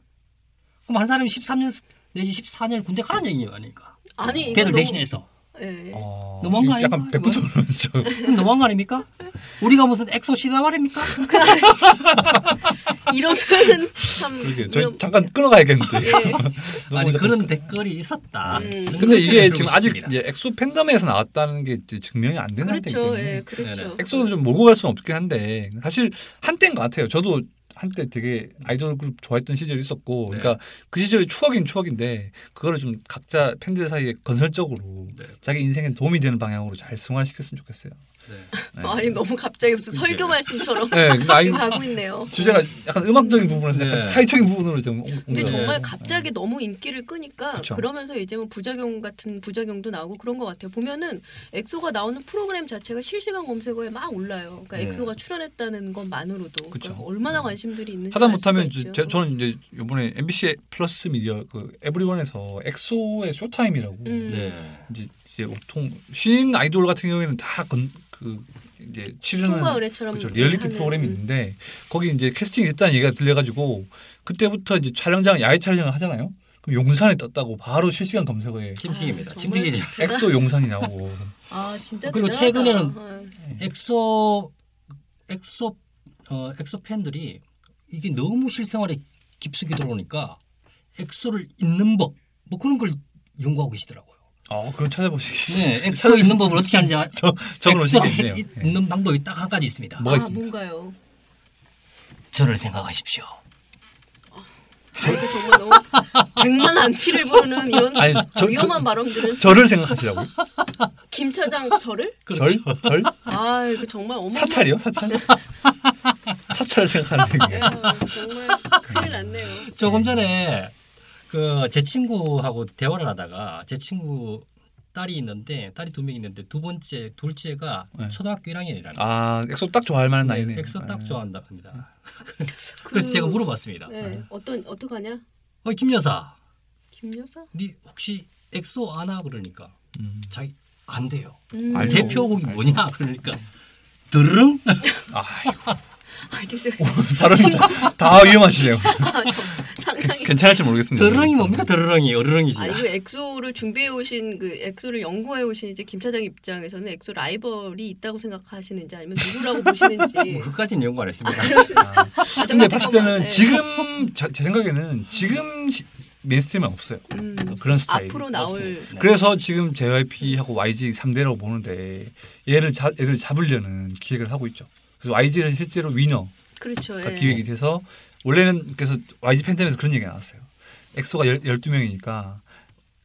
그럼 한 사람이 13년 내지 14년 군대 가는 얘기예요, 아닙니까? 아니 이거 걔들 너무 대신해서 예. 어, 너무한 거 약간 아닌가, 백분토론 그럼 너무한 거 아닙니까? 우리가 무슨 엑소 시다말입니까? 어. 이러면은 참 그러게, 위험- 네. 저희 잠깐 끊어가야겠는데. 예. 너무 아니 잠깐- 그런 댓글이 있었다. 음. 그런 근데 것들을 이게 들고 지금 아직 있습니다. 이제 엑소 팬덤에서 나왔다는 게 이제 증명이 안 되는 그렇죠. 예, 상태이기 때문에 그렇죠. 네, 엑소는 좀 몰고 갈 수는 없긴 한데 사실 한때인 것 같아요. 저도 한때 되게 아이돌 그룹 좋아했던 시절이 있었고 네. 그러니까 그 시절이 추억인 추억인데 그거를 좀 각자 팬들 사이에 건설적으로 네. 자기 인생에 도움이 되는 방향으로 잘 승화시켰으면 좋겠어요. 네. 그렇죠. 네. 아니 너무 갑자기 무슨 그러게. 설교 말씀처럼 네, 근데 아이- 지금 가고 있네요. 주제가 약간 음악적인 부분에서 약간 네. 사회적인 부분으로 좀 근데 옮겨가요. 정말 갑자기 너무 인기를 끄니까 그쵸. 그러면서 이제 뭐 부작용 같은 부작용도 나오고 그런 것 같아요. 보면은 엑소가 나오는 프로그램 자체가 실시간 검색어에 막 올라요. 그러니까 네. 엑소가 출연했다는 것만으로도 그쵸. 음. 그러니까 얼마나 관심들이 있는지 네. 하다 못하면 저- 제- 저는 이제 이번에 MBC 플러스 미디어 그 에브리원에서 엑소의 쇼타임이라고 음. 네. 이제, 이제 보통 신인 아이돌 같은 경우에는 다 그 이제 치르는 통과 의뢰처럼 그렇죠 리얼리티 하는, 프로그램이 음. 있는데 거기 이제 캐스팅이 됐다는 얘기가 들려가지고 그때부터 이제 촬영장 야외 촬영을 하잖아요. 그럼 용산에 떴다고 바로 실시간 검색어에 침튀기입니다. 아, 정말. 침튀기죠. 엑소 용산이 나오고 아 진짜 그리고 대단하다. 최근에는 어. 엑소 엑소 어, 엑소 팬들이 이게 너무 실생활에 깊숙이 들어오니까 엑소를 잊는 법 뭐 그런 걸 연구하고 계시더라고요. 어 그럼 찾아보시겠어요? 네, 엑소 잊는 법을 어떻게 하는지 아- 저 저는 엑소 오시겠네요. 예. 잊는 방법이 딱 한 가지 있습니다. 뭐가 아 있습니까? 뭔가요? 저를 생각하십시오. 아, 이거 정말 너무 백만 안티를 부르는 이런 아니, 저- 위험한 발언들은 저를 생각하시라고요? 김 차장 저를? 그렇죠. 절? 절? 아 이거 정말 어머 사찰이요? 사찰? 사찰을 생각하는 예, 얘기예요. 네. 정말 큰일 났네요. 조금 전에 그 제 친구하고 대화를 하다가 제 친구 딸이 있는데 딸이 두 명 있는데 두 번째 둘째가 네. 초등학교 1학년이라는 아 엑소 딱 좋아할 만한 네, 나이네요. 엑소 딱 예. 좋아한다 합니다. 그- 그래서 제가 물어봤습니다. 네, 어떤 어떡하냐? 어, 김 여사, 김 여사? 니 혹시 엑소 아나 그러니까 음. 자기 안 돼요. 음. 알죠. 대표곡이 뭐냐 그러니까 드릉 아 아, 진짜 뭐, 발음이 다, 다 위험하시네요. 상당히 괜찮을지 모르겠습니다. 네. 드릉이 뭡니까 드릉이 어르릉이지. 아, 이거 엑소를 준비해 오신 그 엑소를 연구해 오신 이제 김 차장 입장에서는 엑소 라이벌이 있다고 생각하시는지 아니면 누구라고 보시는지 뭐 그까지는 연구 안 네. 했습니다. 가장 아. 근데 봤을 때는 네. 지금 자- 제 생각에는 지금 시- 메인스트림은 없어요. 음, 그런 스타일. 앞으로 나올 없습니다. 그래서 지금 JYP하고 YG 3대라고 보는데 얘를 자, 얘를 잡으려는 기획을 하고 있죠. 그래서 YG는 실제로 위너가 그렇죠. 예. 기획이 돼서 원래는 그래서 YG 팬덤에서 그런 얘기가 나왔어요. 엑소가 열, 12명이니까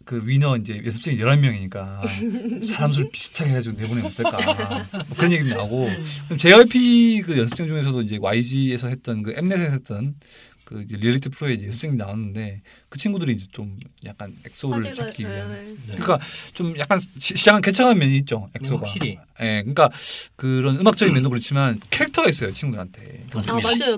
그 위너 이제 연습생이 11명이니까 사람 수를 비슷하게 해가지고 내보내면 어떨까 뭐 그런 얘기도 나오고 그럼 JYP 그 연습생 중에서도 이제 YG에서 했던 그 M넷에서 했던 그 이제 리얼리티 프로에 이제 연습생이 나왔는데 그 친구들이 이제 좀 약간 엑소를 아, 화제가 잡기 위한 예, 예. 네. 그러니까 좀 약간 시- 시장은 개척한 면이 있죠 엑소가 확실히. 예 그러니까 그런 음악적인 면도 그렇지만 캐릭터가 있어요 친구들한테 아 맞습니다. 맞아요.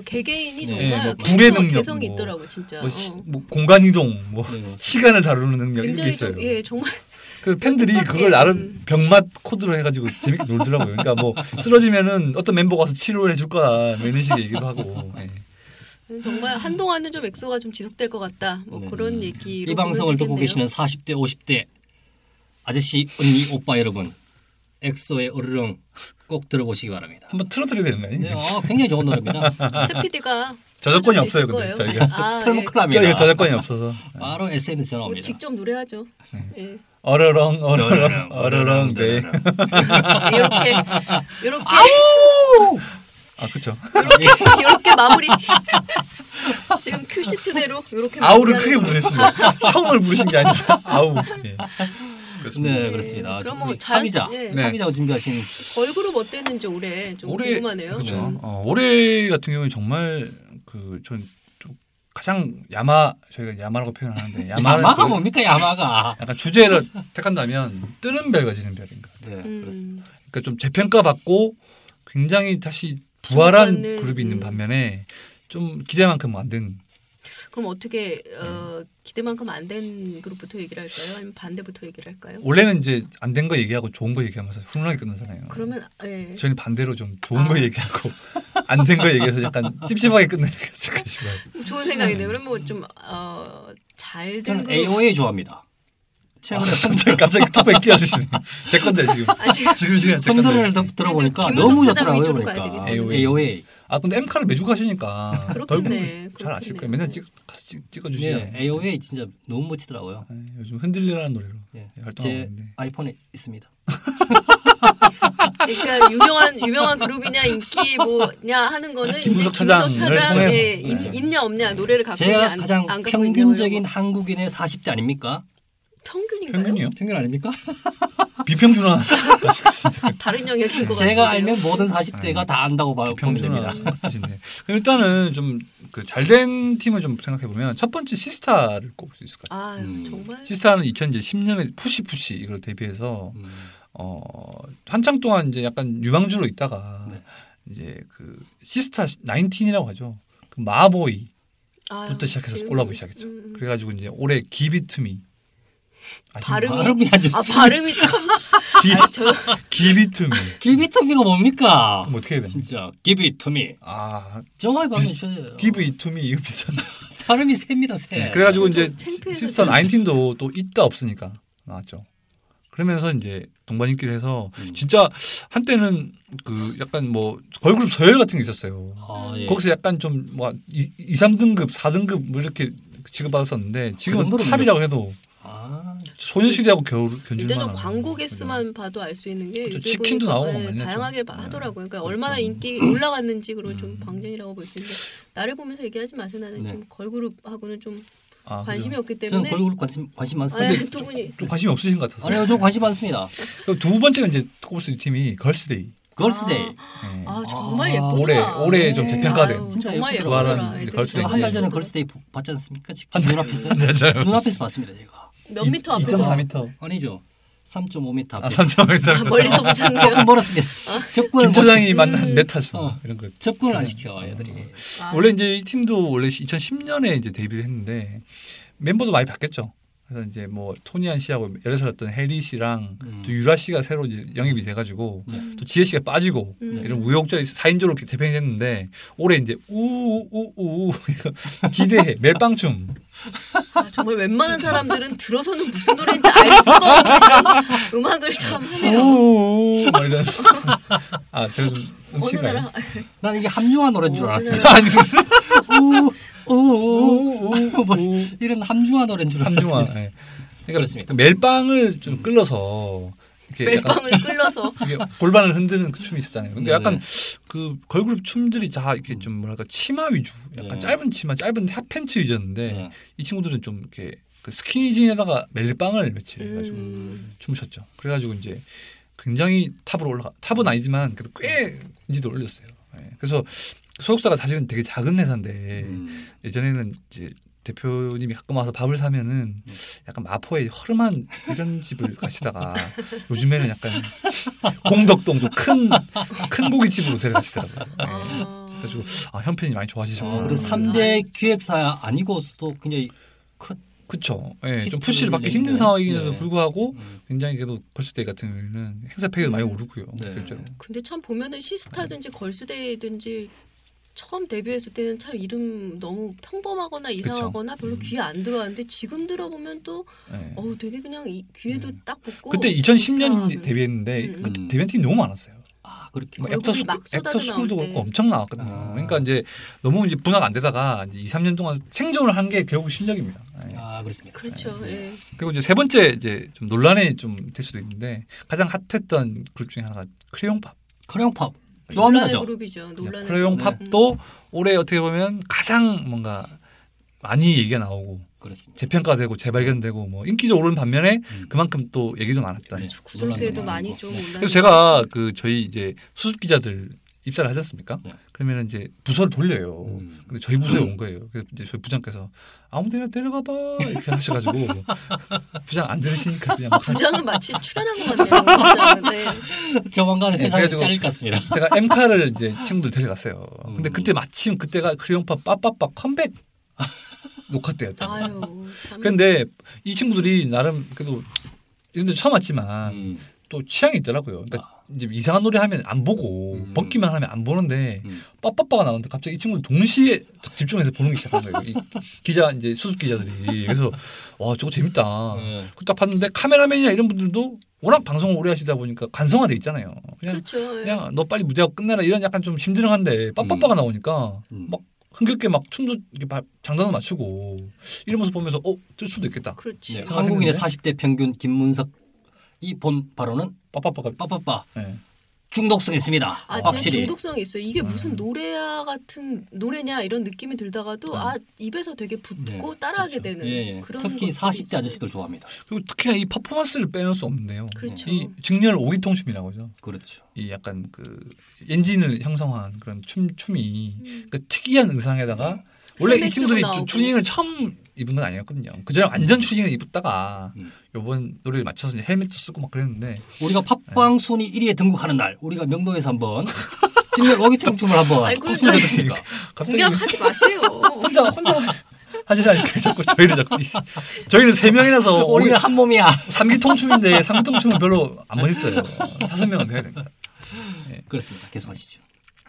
네, 개개인이 정말 뭐 캐릭터가 불의 능력, 개성이 뭐, 있더라고 진짜. 뭐, 어. 시- 뭐 공간 이동 뭐 네. 시간을 다루는 능력 이런 게 굉장히 있어요. 좀, 예 정말 그 팬들이 뜻밖의, 그걸 나름 음. 병맛 코드로 해가지고 재밌게 놀더라고요. 그러니까 뭐 쓰러지면은 어떤 멤버가 와서 치료를 해줄 거야 뭐 이런 식의 얘기도 하고. 예. 정말 한동안은 좀 엑소가 좀 지속될 것 같다. 뭐 네. 그런 얘기로 이 방송을 보면 듣고 되겠네요. 계시는 40대 50대 아저씨 언니 오빠 여러분 엑소의 어르릉 꼭 들어보시기 바랍니다. 한번 틀어드려야 되는 거 네, 아니에요? 아, 굉장히 좋은 노래입니다. 최 PD가 저작권이 없어요, 근데 저희가. 아, 예. 저희가 털목클럽입니다. 저작권이 없어서. 바로 SNS 전화 뭐 옵니다. 직접 노래하죠. 네. 예. 어르렁 뭐 어르렁 어르렁 네. 이렇게 이렇게 아 그렇죠. 이렇게 이렇게 마무리. 지금 큐 시트대로 이렇게 아우를 크게 마무리하는 거. 부르셨습니다. 형을 부르신 게 아니라 아우. 예. 그렇습니다. 네, 그렇습니다. 그럼 뭐 우리 자연- 하기자, 예. 네. 하기자가 준비하신 걸그룹 어땠는지 올해 좀 궁금하네요. 그렇죠. 음. 어, 올해 같은 경우는 정말 그전 가장 야마 저희가 야마라고 표현하는데 야마는 야마가 지금 뭡니까 야마가? 약간 주제를 택한다면 뜨는 별과 지는 별인가. 네, 음. 그렇습니다. 그러니까 좀 재평가받고 굉장히 다시 부활한 주목받는, 그룹이 있는 음. 반면에 좀 기대만큼 안 된. 그럼 어떻게 어, 네. 기대만큼 안 된 그룹부터 얘기를 할까요? 아니면 반대부터 얘기를 할까요? 원래는 이제 안 된 거 얘기하고 좋은 거 얘기하면서 훈훈하게 끝나잖아요. 그러면 예. 음. 저희는 반대로 좀 좋은 거 아. 얘기하고 안 된 거 얘기해서 약간 찝찝하게 끝내는 것 같아요. 음. 좋은 생각이네요. 그러면 뭐 어, 뭐좀잘된 저는 그룹 AOA 좋아합니다. 최근에 갑자기 갑자기 톡백 끼어드시네. 제 건데 지금. 아, 제가 지금 시간 네. 제 건데. 펑드를 들어보니까 네, 김은석 너무 차장 좋더라고요. 위주로 가야 그러니까 되겠네. AOA. AOA. 아 근데 M 카를 매주 가시니까 그렇겠네. 잘 아실 그렇겠네. 거예요. 맨날 찍 가서 찍- 찍어주시죠. 네, AOA 진짜 너무 멋지더라고요. 네, 요즘 흔들리라는 노래로 네. 예, 활동하고 제 있는데. 아이폰에 있습니다. 그러니까 유명한 유명한 그룹이냐 인기 뭐냐 하는 거는 이제 김문석 김문석 차장을 통해서. 차장의 예, 인- 네. 있냐 없냐 노래를 갖고 있냐 제가 아, 안, 가장 안 갖고 뭐- 평균적인 있냐 한국인의 40대 아닙니까? 평균인가요? 평균이요? 평균 아닙니까? 비평준화 다른 영역인 것 같아요. 제가 알면 모든 40대가 아니, 다 안다고 봐- 보면 됩니다. 비평준화 뜻인데 그럼 일단은 좀 그 잘된 팀을 좀 생각해 보면 첫 번째 시스타를 꼽을 수 있을 것 같아요. 아 음. 정말 시스타는 2010년에 푸시푸시 이걸 데뷔해서 음. 아, 어 한창 동안 이제 약간 유망주로 있다가 네. 이제 그 시스타 19이라고 하죠. 그 마보이 아유, 부터 시작해서 지금- 올라오기 시작했죠. 음, 음. 그래가지고 이제 올해 기비투미 발음이- 발음이 아주 아 발음이 참. 아, 저 기비투미 기비투비가 뭡니까? 그럼 어떻게 해야 되나? 진짜 기비투미. 아 정말 비- 가면 주세요. 기비투미 이거 비싼. 발음이 셉니다 세. 그래가지고 이제 좀 창피해서 시스터 좀- 19도 또 있다 없으니까 나왔죠. 그러면서 이제 동반 인기를 해서 음. 진짜 한때는 그 약간 뭐 걸그룹 서열 같은 게 있었어요. 아, 예. 거기서 약간 좀뭐 2, 3등급, 4등급 뭐 이렇게 지급받았었는데 지금은 그 정도로 탑이라고 해도 아, 소녀시대하고 겨울 견줄만 이때는 광고 개수만 봐도 알 수 있는 게 그렇죠. 요즘 치킨도 보니까, 나오고 예, 많이 다양하게 했죠. 마- 네. 하더라고요. 그러니까 그렇죠. 얼마나 인기 올라갔는지 그런 좀 음. 방증이라고 볼 수 있는데 나를 보면서 얘기하지 마세요. 나는 네. 좀 걸그룹하고는 좀 관심이 없기 저는 때문에 걸그룹 관심 관심 아, 많습니다. 예, 두 분이 좀 아, 관심이 없으신 것 같아서. 아니요, 저 관심 많습니다. 그리고 두 번째가 이제 꼽을 수 있는 팀이 걸스데이. 걸스데이. 예. 아 정말 아, 예쁘다. 올해- 올해 좀 재평가된. 아유, 진짜 예쁘더라. 정말 예쁘더라. 부활한 이제 애들이. 걸스데이. 제가 한 달 전에 걸스데이 보- 봤지 않습니까? 직접 눈앞에서 맞아요. 눈앞에서 봤습니다. 제가 몇 미터 앞에서 2.4m. 아니죠, 3.5m 아, 앞에서 아, 3.4m. 멀리서 보셨네요. 조금 멀었습니다. 어? 접근을 김 네. 못 차장이 시켜- 만난 메타수 어. 이런 거. 접근을 안 시켜 애들이. 아, 원래 이제 이 팀도 원래 2010년에 이제 데뷔를 했는데 멤버도 많이 바뀌었죠. 그래서 이제 뭐 토니안 씨하고 여러 살 어떤 헨리 씨랑 음. 또 유라 씨가 새로 이제 영입이 돼가지고 음. 또 지혜 씨가 빠지고 음. 이런 우여곡절이 4인조로 대변이 됐는데 올해 이제 우우우우 이거 기대해 멜빵춤 아, 정말 웬만한 사람들은 들어서는 무슨 노래인지 알 수가 없는 이런 음악을 참 하네요. 우우우 막 이런 아 제가 좀 어느 음치가요. 나라 난 이게 함유한 노래인 줄 어, 알았어요. 그래요? 아니 무슨 오오오오 이런 함중한 노래인 줄 함중화. 알았습니다. 음. 예. 그렇습니다. 그러니까 멜빵을 좀 끌러서 이렇게 예, 약간 멜빵을 끌러서 이게 골반을 흔드는 그 춤이 있었잖아요. 근데 네네. 약간 그 걸그룹 춤들이 다 이렇게 좀 뭐랄까 치마 위주, 약간 네. 짧은 치마, 짧은 핫팬츠 위주였는데 네. 이 친구들은 좀 이렇게 그 스키니진에다가 멜빵을 며칠 해가지고 음. 춤췄죠. 그래가지고 이제 굉장히 탑으로 올라가 탑은 아니지만 그래도 꽤 인지도 올렸어요. 예. 그래서 소속사가 사실은 되게 작은 회사인데 음. 예전에는 이제 대표님이 가끔 와서 밥을 사면은 음. 약간 마포의 허름한 이런 집을 가시다가 요즘에는 약간 공덕동 좀큰큰 고깃집으로 데려가시더라고요. 네. 아. 그래가지고 아, 현편이 많이 좋아지셨구나. 아, 음. 그리고 3대 기획사 아니고서도 굉장히 큰 그쵸. 예, 좀 히트를 푸시를 받기 힘든 내리는. 상황에도 네. 불구하고 음, 굉장히 그래도 걸스데이 같은 경우에는 행사 폐기도 많이 오르고요. 그렇죠. 네. 실제로. 근데 참 보면은 시스타든지 네. 걸스데이든지 처음 데뷔했을 때는 참 이름 너무 평범하거나 이상하거나 별로 음. 귀에 안 들어왔는데 지금 들어보면 또 예. 어우 되게 그냥 이 귀에도 네. 딱 붙고 그때 2010년 좋다. 데뷔했는데 음. 그때 데뷔한 팀이 너무 많았어요. 아 그렇게 뭐 얼굴이 애프터, 스, 막 애프터 쏟아져 스쿨도 나올 그렇고 때. 엄청 나왔거든요. 아. 그러니까 이제 너무 이제 분화가 안 되다가 이제 2, 3년 동안 생존을 한 게 결국 실력입니다. 예. 아 그렇습니다. 그렇죠. 네. 예. 그리고 이제 세 번째 이제 좀 논란이 좀 될 수도 있는데 가장 핫했던 그룹 중에 하나가 크레용팝. 크레용팝 논란의 좋아합니다죠. 그룹이죠. 음. 논란의 네, 크레용팝도 음. 올해 어떻게 보면 가장 뭔가 많이 얘기가 나오고 그렇습니다. 재평가되고 재발견되고 뭐 인기도 오른 반면에 음. 그만큼 또 얘기도 많았다. 네, 구설수에도 논란이 많이 많고. 네. 좀 올라. 네. 그래서 제가 그 저희 이제 수습 기자들 입사를 하지 않습니까? 네. 그러면 이제 부서를 돌려요. 음. 근데 저희 부서에 온 거예요. 그래서 이제 저희 부장께서 아무데나 데려가봐 이렇게 하셔가지고 부장 안 들으시니까 그냥 막 부장은 마치 출연한 것 같네요. 부장은. 네. 조만간 네, 회사에서 그래가지고- 잘릴 것 같습니다. 제가 엠카를 이제 친구들 데려갔어요. 근데 음. 그때 마침 그때가 크레용파 빠빠빠 컴백 녹화 때였잖아요. 아유 네. 참. 그런데 아. 음. 이 친구들이 나름 그래도 이런 데 처음 왔지만 또 취향이 있더라고요. 그러니까 이제 이상한 노래 하면 안 보고 아. 음. 벗기만 하면 안 보는데 음. 빠빠빠가 나오는데 갑자기 이 친구는 동시에 딱 집중해서 보는 게 시작한 거예요. 이 기자 이제 수습 기자들이 그래서 와 저거 재밌다. 음. 그딱 봤는데 카메라맨이나 이런 분들도 워낙 방송을 오래 하시다 보니까 간성화돼 있잖아요. 그냥 그렇죠. 예. 그냥 너 빨리 무대하고 끝내라 이런 약간 좀 힘들어한데 빠빠빠가 나오니까 음. 막 흥겹게 막 춤도 이렇게 발- 장단을 맞추고 이런 모습 보면서 어뜰 수도 있겠다. 그렇지. 예, 생각했는데. 한국인의 40대 평균 김문석 이 본 바로는 빠빠빠가 빠빠빠 예. 중독성 있습니다. 아, 제 확실히. 중독성이 있어요. 이게 무슨 음. 노래야 같은 노래냐 이런 느낌이 들다가도 음. 네, 아 입에서 되게 붙고 따라하게 그렇죠. 되는 예, 예. 그런 특히 것들이 40대 있어요. 아저씨들 좋아합니다. 그리고 특히나 이 퍼포먼스를 빼놓을 수 없는데요. 그렇죠. 이 직렬 오기통춤이라고 하죠. 그렇죠. 이 약간 그 엔진을 형성한 그런 춤 춤이 음. 그 특이한 의상에다가 원래 이 헬멧 쓰고 음. 친구들이 좀 나오고. 튜닝을 처음 입은 건 아니었거든요. 그전에 완전 튜닝을 입었다가 음. 요번 노래를 맞춰서 이제 헬멧도 쓰고 막 그랬는데 우리가 팝빵 순위 1위에 등극하는 날 우리가 명동에서 한번 찜열 워기통 춤을 한번 아이고, 꼭 소개해줬습니다. 갑자기 공략하지 마세요. 혼자 혼자 하시라니까 자꾸 저희를 자꾸 이- 저희는 세 명이라서 우리는 한 몸이야. 삼기통춤인데 삼기통춤은 별로 안 멋있어요. 다섯 명은 돼야 됩니다. 네. 그렇습니다. 계속하시죠.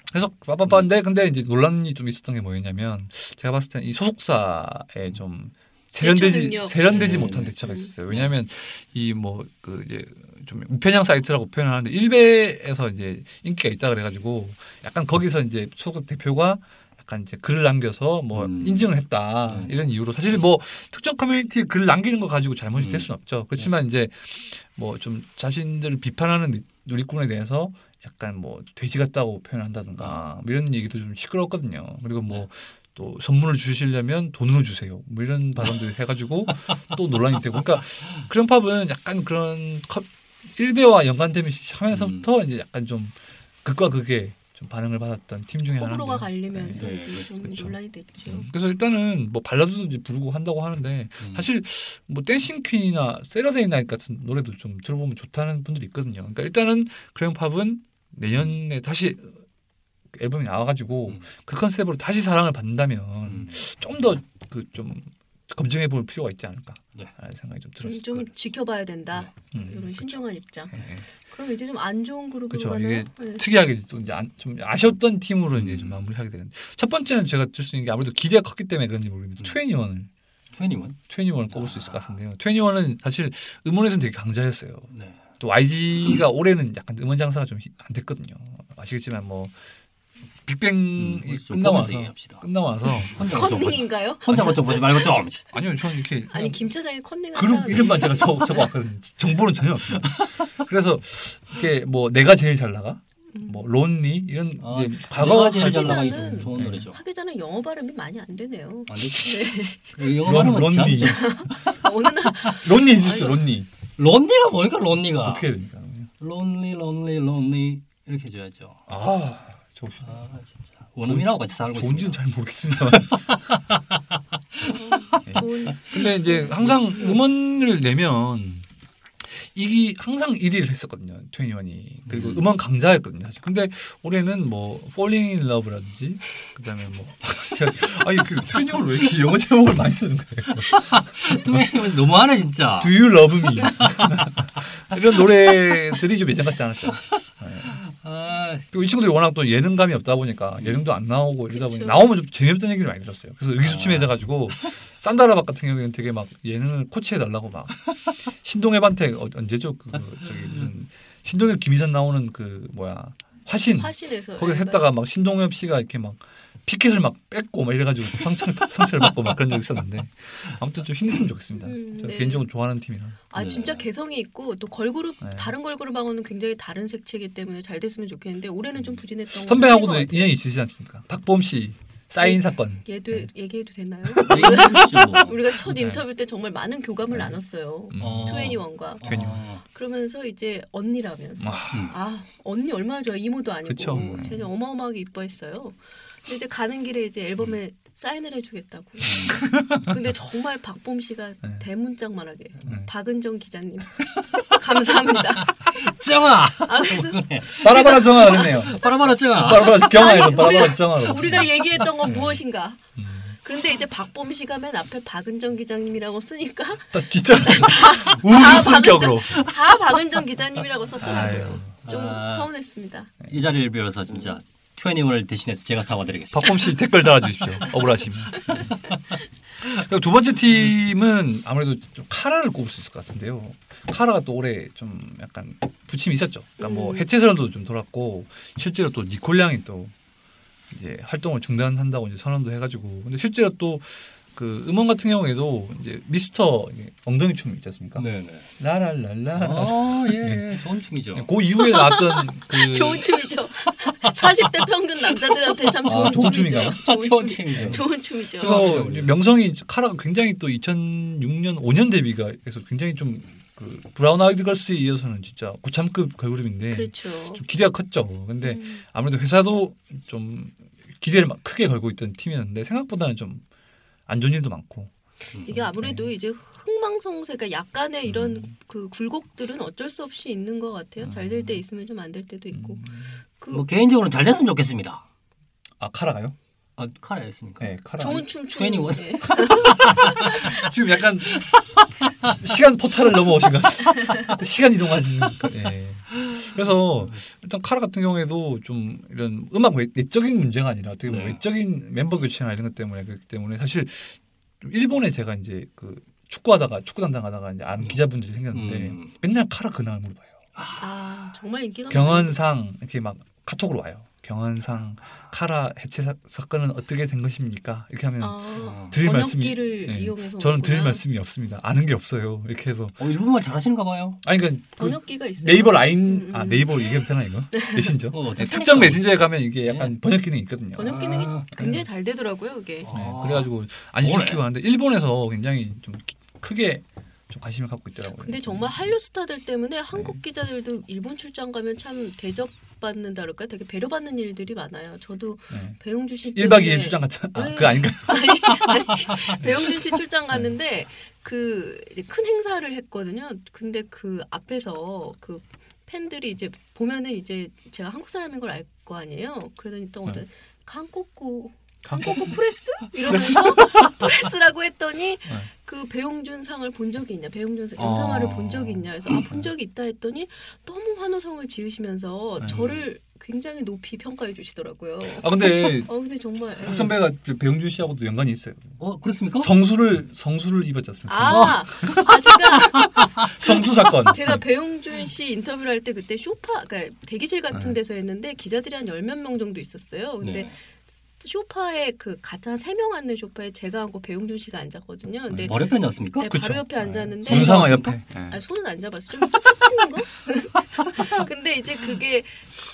그래서 빠빠빠인데 근데 이제 논란이 좀 있었던 게 뭐였냐면 제가 봤을 땐 이 소속사에 좀 대처 세련되지 능력. 세련되지 네, 못한 네. 대처가 있었어요. 왜냐하면 이 뭐 그 이제 좀 우편향 사이트라고 표현을 하는데 일베에서 이제 인기가 있다 그래가지고 약간 거기서 이제 소속 대표가 약간 이제 글을 남겨서 뭐 음. 인증을 했다 음. 이런 이유로 사실 뭐 특정 커뮤니티 글 남기는 거 가지고 잘못이 음. 될 수는 없죠. 그렇지만 이제 뭐 좀 자신들을 비판하는 누- 누리꾼에 대해서 약간 뭐 돼지 같다고 표현한다든가 뭐 이런 얘기도 좀 시끄러웠거든요. 그리고 아. 네. 뭐 또 선물을 주시려면 돈으로 주세요. 뭐 이런 발언도 해가지고 또 논란이 되고. 그러니까 그런 팝은 약간 그런 컵- 일베와 음. 연관되면서부터 이제 약간 좀 극과 극의 좀 반응을 받았던 팀 중에 하나인데. 호불호가 갈리면서 네, 이제 좀 그렇죠. 논란이 됐죠. 음, 그래서 일단은 뭐 발라드도 이제 부르고 한다고 하는데 음. 사실 뭐 댄싱 퀸이나 세러데이 나이 같은 노래도 좀 들어보면 좋다는 분들이 있거든요. 그러니까 일단은 그레용 팝은 내년에 다시 앨범이 나와가지고 음. 그 컨셉으로 다시 사랑을 받는다면 음. 좀 더 그 좀 검증해 볼 필요가 있지 않을까 네. 라는 생각이 좀, 좀 들었어요. 좀 지켜봐야 된다. 음. 이런 네. 신중한 입장. 예, 예. 그럼 이제 좀 안 좋은 그룹으로 그쵸, 가나요? 예. 그렇죠. 특이하게 또 이제 안- 좀 아쉬웠던 팀으로 이제 음. 좀 마무리하게 되는데 첫 번째는 제가 들 수 있는 게 아무래도 기대가 컸기 때문에 그런지 음. 모르겠는데 트웬티원을 21. 아. 트웬티원을 꼽을 수 있을 것 같은데요. 트웬티원은 사실 음원에서는 되게 강자였어요. 네. 또 YG가 올해는 약간 음원 장사가 좀 안 됐거든요. 아시겠지만 뭐 음, 빅뱅이 끝나고 끝나와서 나서 음, 얘기합시다. 끝나고 나서 혼자 먼저 보지. 컨닝인가요? 혼자 먼저 보지 말고 좀. 아니요 저는 이렇게 아니 그냥 김 차장이 컨닝 그룹 이름만 제가 적, 적어왔거든요. 정보는 전혀 없습니다. 그래서 이게 뭐 내가 제일 잘 나가, 음. 뭐 론리 이런 아, 이제 과거가 과거 제일 잘 발전- 나가기 하기자는- 좋은 네. 노래죠. 하기자는 영어 발음이 많이 안 되네요. 아, 안 되지. 그 네. 영어 론 발음은 참- 론니 어느 날 론니 해주세요 론니 론니가 뭐니까 론니가. 어떻게 해야 됩니까? 론리 론리 론리 이렇게 해줘야죠. 아 좋. 아 진짜 원음이라고 같이 살고 좋은지는 있습니다. 잘 모르겠습니다. 좋은 네. 네. 근데 이제 항상 음원을 내면 이게 항상 1위를 했었거든요. 21이. 그리고 음. 음. 원 강자였거든요. 사실. 근데 올해는 뭐 Falling in Love라든지 그다음에 뭐 제가 아 이렇게 21을 왜 이렇게 영어 제목을 많이 쓰는 거예요? 뚜껑이 너무하네 진짜. Do you love me? 이런 노래들이 좀 예전 같지 않았죠. 아, 그리고 이 친구들이 워낙 또 예능감이 없다 보니까 예능도 안 나오고 이러다 보니 음. 그쵸. 아. 나오면 좀 재미없다는 얘기를 많이 들었어요. 그래서 의기소침해져가지고 산다라박 같은 경우에는 되게 막 예능을 코치해달라고 막 신동엽한테 어- 언제죠 그 저기 음. 무슨 신동엽 김희선 나오는 그 뭐야 화신 화신에서 예, 네, 거기서 했다가 막 신동엽 씨가 이렇게 막 피켓을 막 뺏고 막 이래가지고 상처 상처를 받고 막 그런 적이 있었는데 아무튼 좀 힘냈으면 좋겠습니다. 음, 제가 네. 개인적으로 좋아하는 팀이라. 아 네. 진짜 개성이 있고 또 걸그룹 네. 다른 걸그룹하고는 굉장히 다른 색채이기 때문에 잘 됐으면 좋겠는데 올해는 좀 부진했던 거 음. 선배하고도 사실인 것 인연이 있으시지 않습니까? 박보험 씨 사인 네. 사건. 같아요. 얘도 네. 얘기해도 되나요? 우리가 우리가 첫 네. 인터뷰 때 정말 많은 교감을 네. 나눴어요. 음. 어. 투애니원과 괜히. 그러면서 이제 언니라면서 아. 아 언니 얼마나 좋아 이모도 아니고 그쵸. 음. 쟤는 어마어마하게 이뻐했어요. 근데 이제 가는 길에 이제 앨범에 음. 사인을 해주겠다고. 근데 정말 박봄 씨가 네. 대문짝만하게 네. 박은정 기자님 감사합니다. 정아 아, 그래서 바라바라 정화 그랬네요. 바라바라 정아. 바라바라 경화에서 아니, 바라바라 우리가- 정화로. 우리가 얘기했던 건 무엇인가? 네. 음. 그런데 이제 박범 씨가 맨 앞에 박은정 기자님이라고 쓰니까 딱 진짜 우스운 격으로. 다 박은정 기자님이라고 썼더라고요. 아유. 좀 아. 서운했습니다. 이 자리를 빌어서 진짜 21을 대신해서 제가 사와드리겠습니다. 박범 씨 댓글 달아주십시오. 억울하시면. 그리고 두 번째 팀은 아무래도 좀 카라를 꼽을 수 있을 것 같은데요. 카라가 또 올해 좀 약간 부침이 있었죠. 그러니까 뭐 음. 해체설도 좀 돌았고 실제로 또 니콜량이 또 이제 활동을 중단한다고 이제 선언도 해가지고 근데 실제로 또 그 음원 같은 경우에도 이제 미스터 이게 엉덩이 춤 있지 않습니까? 네네. 라랄랄라. 아, 예, 예. 좋은 춤이죠. 그 이후에 나왔던 그 좋은 춤이죠. 40대 평균 남자들한테 참 좋은, 아, 좋은 춤인가요? 춤이죠. 좋은 좋은 춤. 춤이죠. 좋은 춤이죠. 그래서 죄송합니다. 명성이 카라가 굉장히 또 2006년 5년 데뷔가 그래서 굉장히 좀 그 브라운 아이드 걸스에 이어서는 진짜 고참급 걸그룹인데 그렇죠. 좀 기대가 컸죠. 뭐. 근데 음. 아무래도 회사도 좀 기대를 막 크게 걸고 있던 팀이었는데 생각보다는 좀 안 좋은 일도 많고 이게 네. 아무래도 이제 흥망성쇠가 약간의 이런 음. 그 굴곡들은 어쩔 수 없이 있는 것 같아요. 잘 될 때 음. 있으면 좀 안 될 때도 네. 있고. 그 뭐 개인적으로는 잘 됐으면 좋겠습니다. 아 카라가요? 아, 카라였습니까? 네, 카라. 좋은 춤 추는 21. 예. 지금 약간 시- 시간 포탈을 넘어오신 것 같아요. 시간 이동하신 것 같아요. 예. 그래서 일단 카라 같은 경우에도 좀 이런 음악 외, 내적인 문제가 아니라 어떻게 보면 네. 외적인 멤버 교체나 이런 것 때문에 그렇기 때문에 사실 좀 일본에 제가 이제 그 축구하다가 축구 담당하다가 이제 아는 기자분들이 생겼는데 음. 맨날 카라 근황을 물어봐요. 아 정말 인기가 경연상 이렇게 막 카톡으로 와요. 경연상 카라 해체 사, 사건은 어떻게 된 것입니까? 이렇게 하면 많아요. 아, 음. 드릴 말씀이- 번역기를 예. 이용해서 저는 드릴 왔구나. 말씀이 없습니다. 아는 게 없어요. 이렇게 해서 어, 일본말 잘하시는가 봐요. 아니 그러니까 그 번역기가 있어요. 네이버 라인 음, 아 음. 네이버 얘기해도 되나 이거 메신저 어, 네, 어쨌든 특정 메신저에 가면 이게 약간 번역 기능이 있거든요. 네. 번역 기능이 아, 굉장히 잘 되더라고요. 그게 네, 아. 그래가지고 안 시키고 그러네. 하는데 일본에서 굉장히 좀 기- 크게 좀 관심을 갖고 있더라고요. 네. 근데 정말 한류 스타들 때문에 한국 기자들도 일본 출장 가면 참 대접 받는다 그럴까 되게 배려받는 일들이 많아요. 저도 네. 배용주 씨 1박 2일 때문에- 출장 같은 아, 네. 그거 아닌가? 아니, 아니 배용준 씨 네. 출장 갔는데 그 큰 행사를 했거든요. 근데 그 앞에서 그 팬들이 이제 보면은 이제 제가 한국 사람인 걸 알 거 아니에요. 그러더니 네. 또 어떤 한국구 한국구 프레스 이러면서 프레스라고 했더니 네. 그 배용준 상을 본 적이 있냐 배용준 상 영상화를 어. 본 적이 있냐 해서 아 본 적이 있다 했더니 너무 환호성을 지으시면서 네. 저를 굉장히 높이 평가해 주시더라고요. 아 근데 어 근데 정말 예. 박 선배가 배용준 씨하고도 연관이 있어요. 어, 그렇습니까? 성수를 성수를 입었지 않습니까? 아, 아 제가 성수 사건. 제가 배용준 씨 인터뷰를 할 때 그때 쇼파 그러니까 대기실 네. 같은 데서 했는데 기자들이 한 열 몇 명 정도 있었어요. 근데 네. 쇼파에 그 같은 한 세 명 앉는 쇼파에 제가 앉고 배용준 씨가 앉았거든요. 근데 네. 머리 편이었습니까? 네, 뭐, 그쵸. 바로 옆에 앉았는데 음, 정상화 옆에. 네. 아, 손은 안 잡았어. 좀 스치는 거? 근데 이제 그게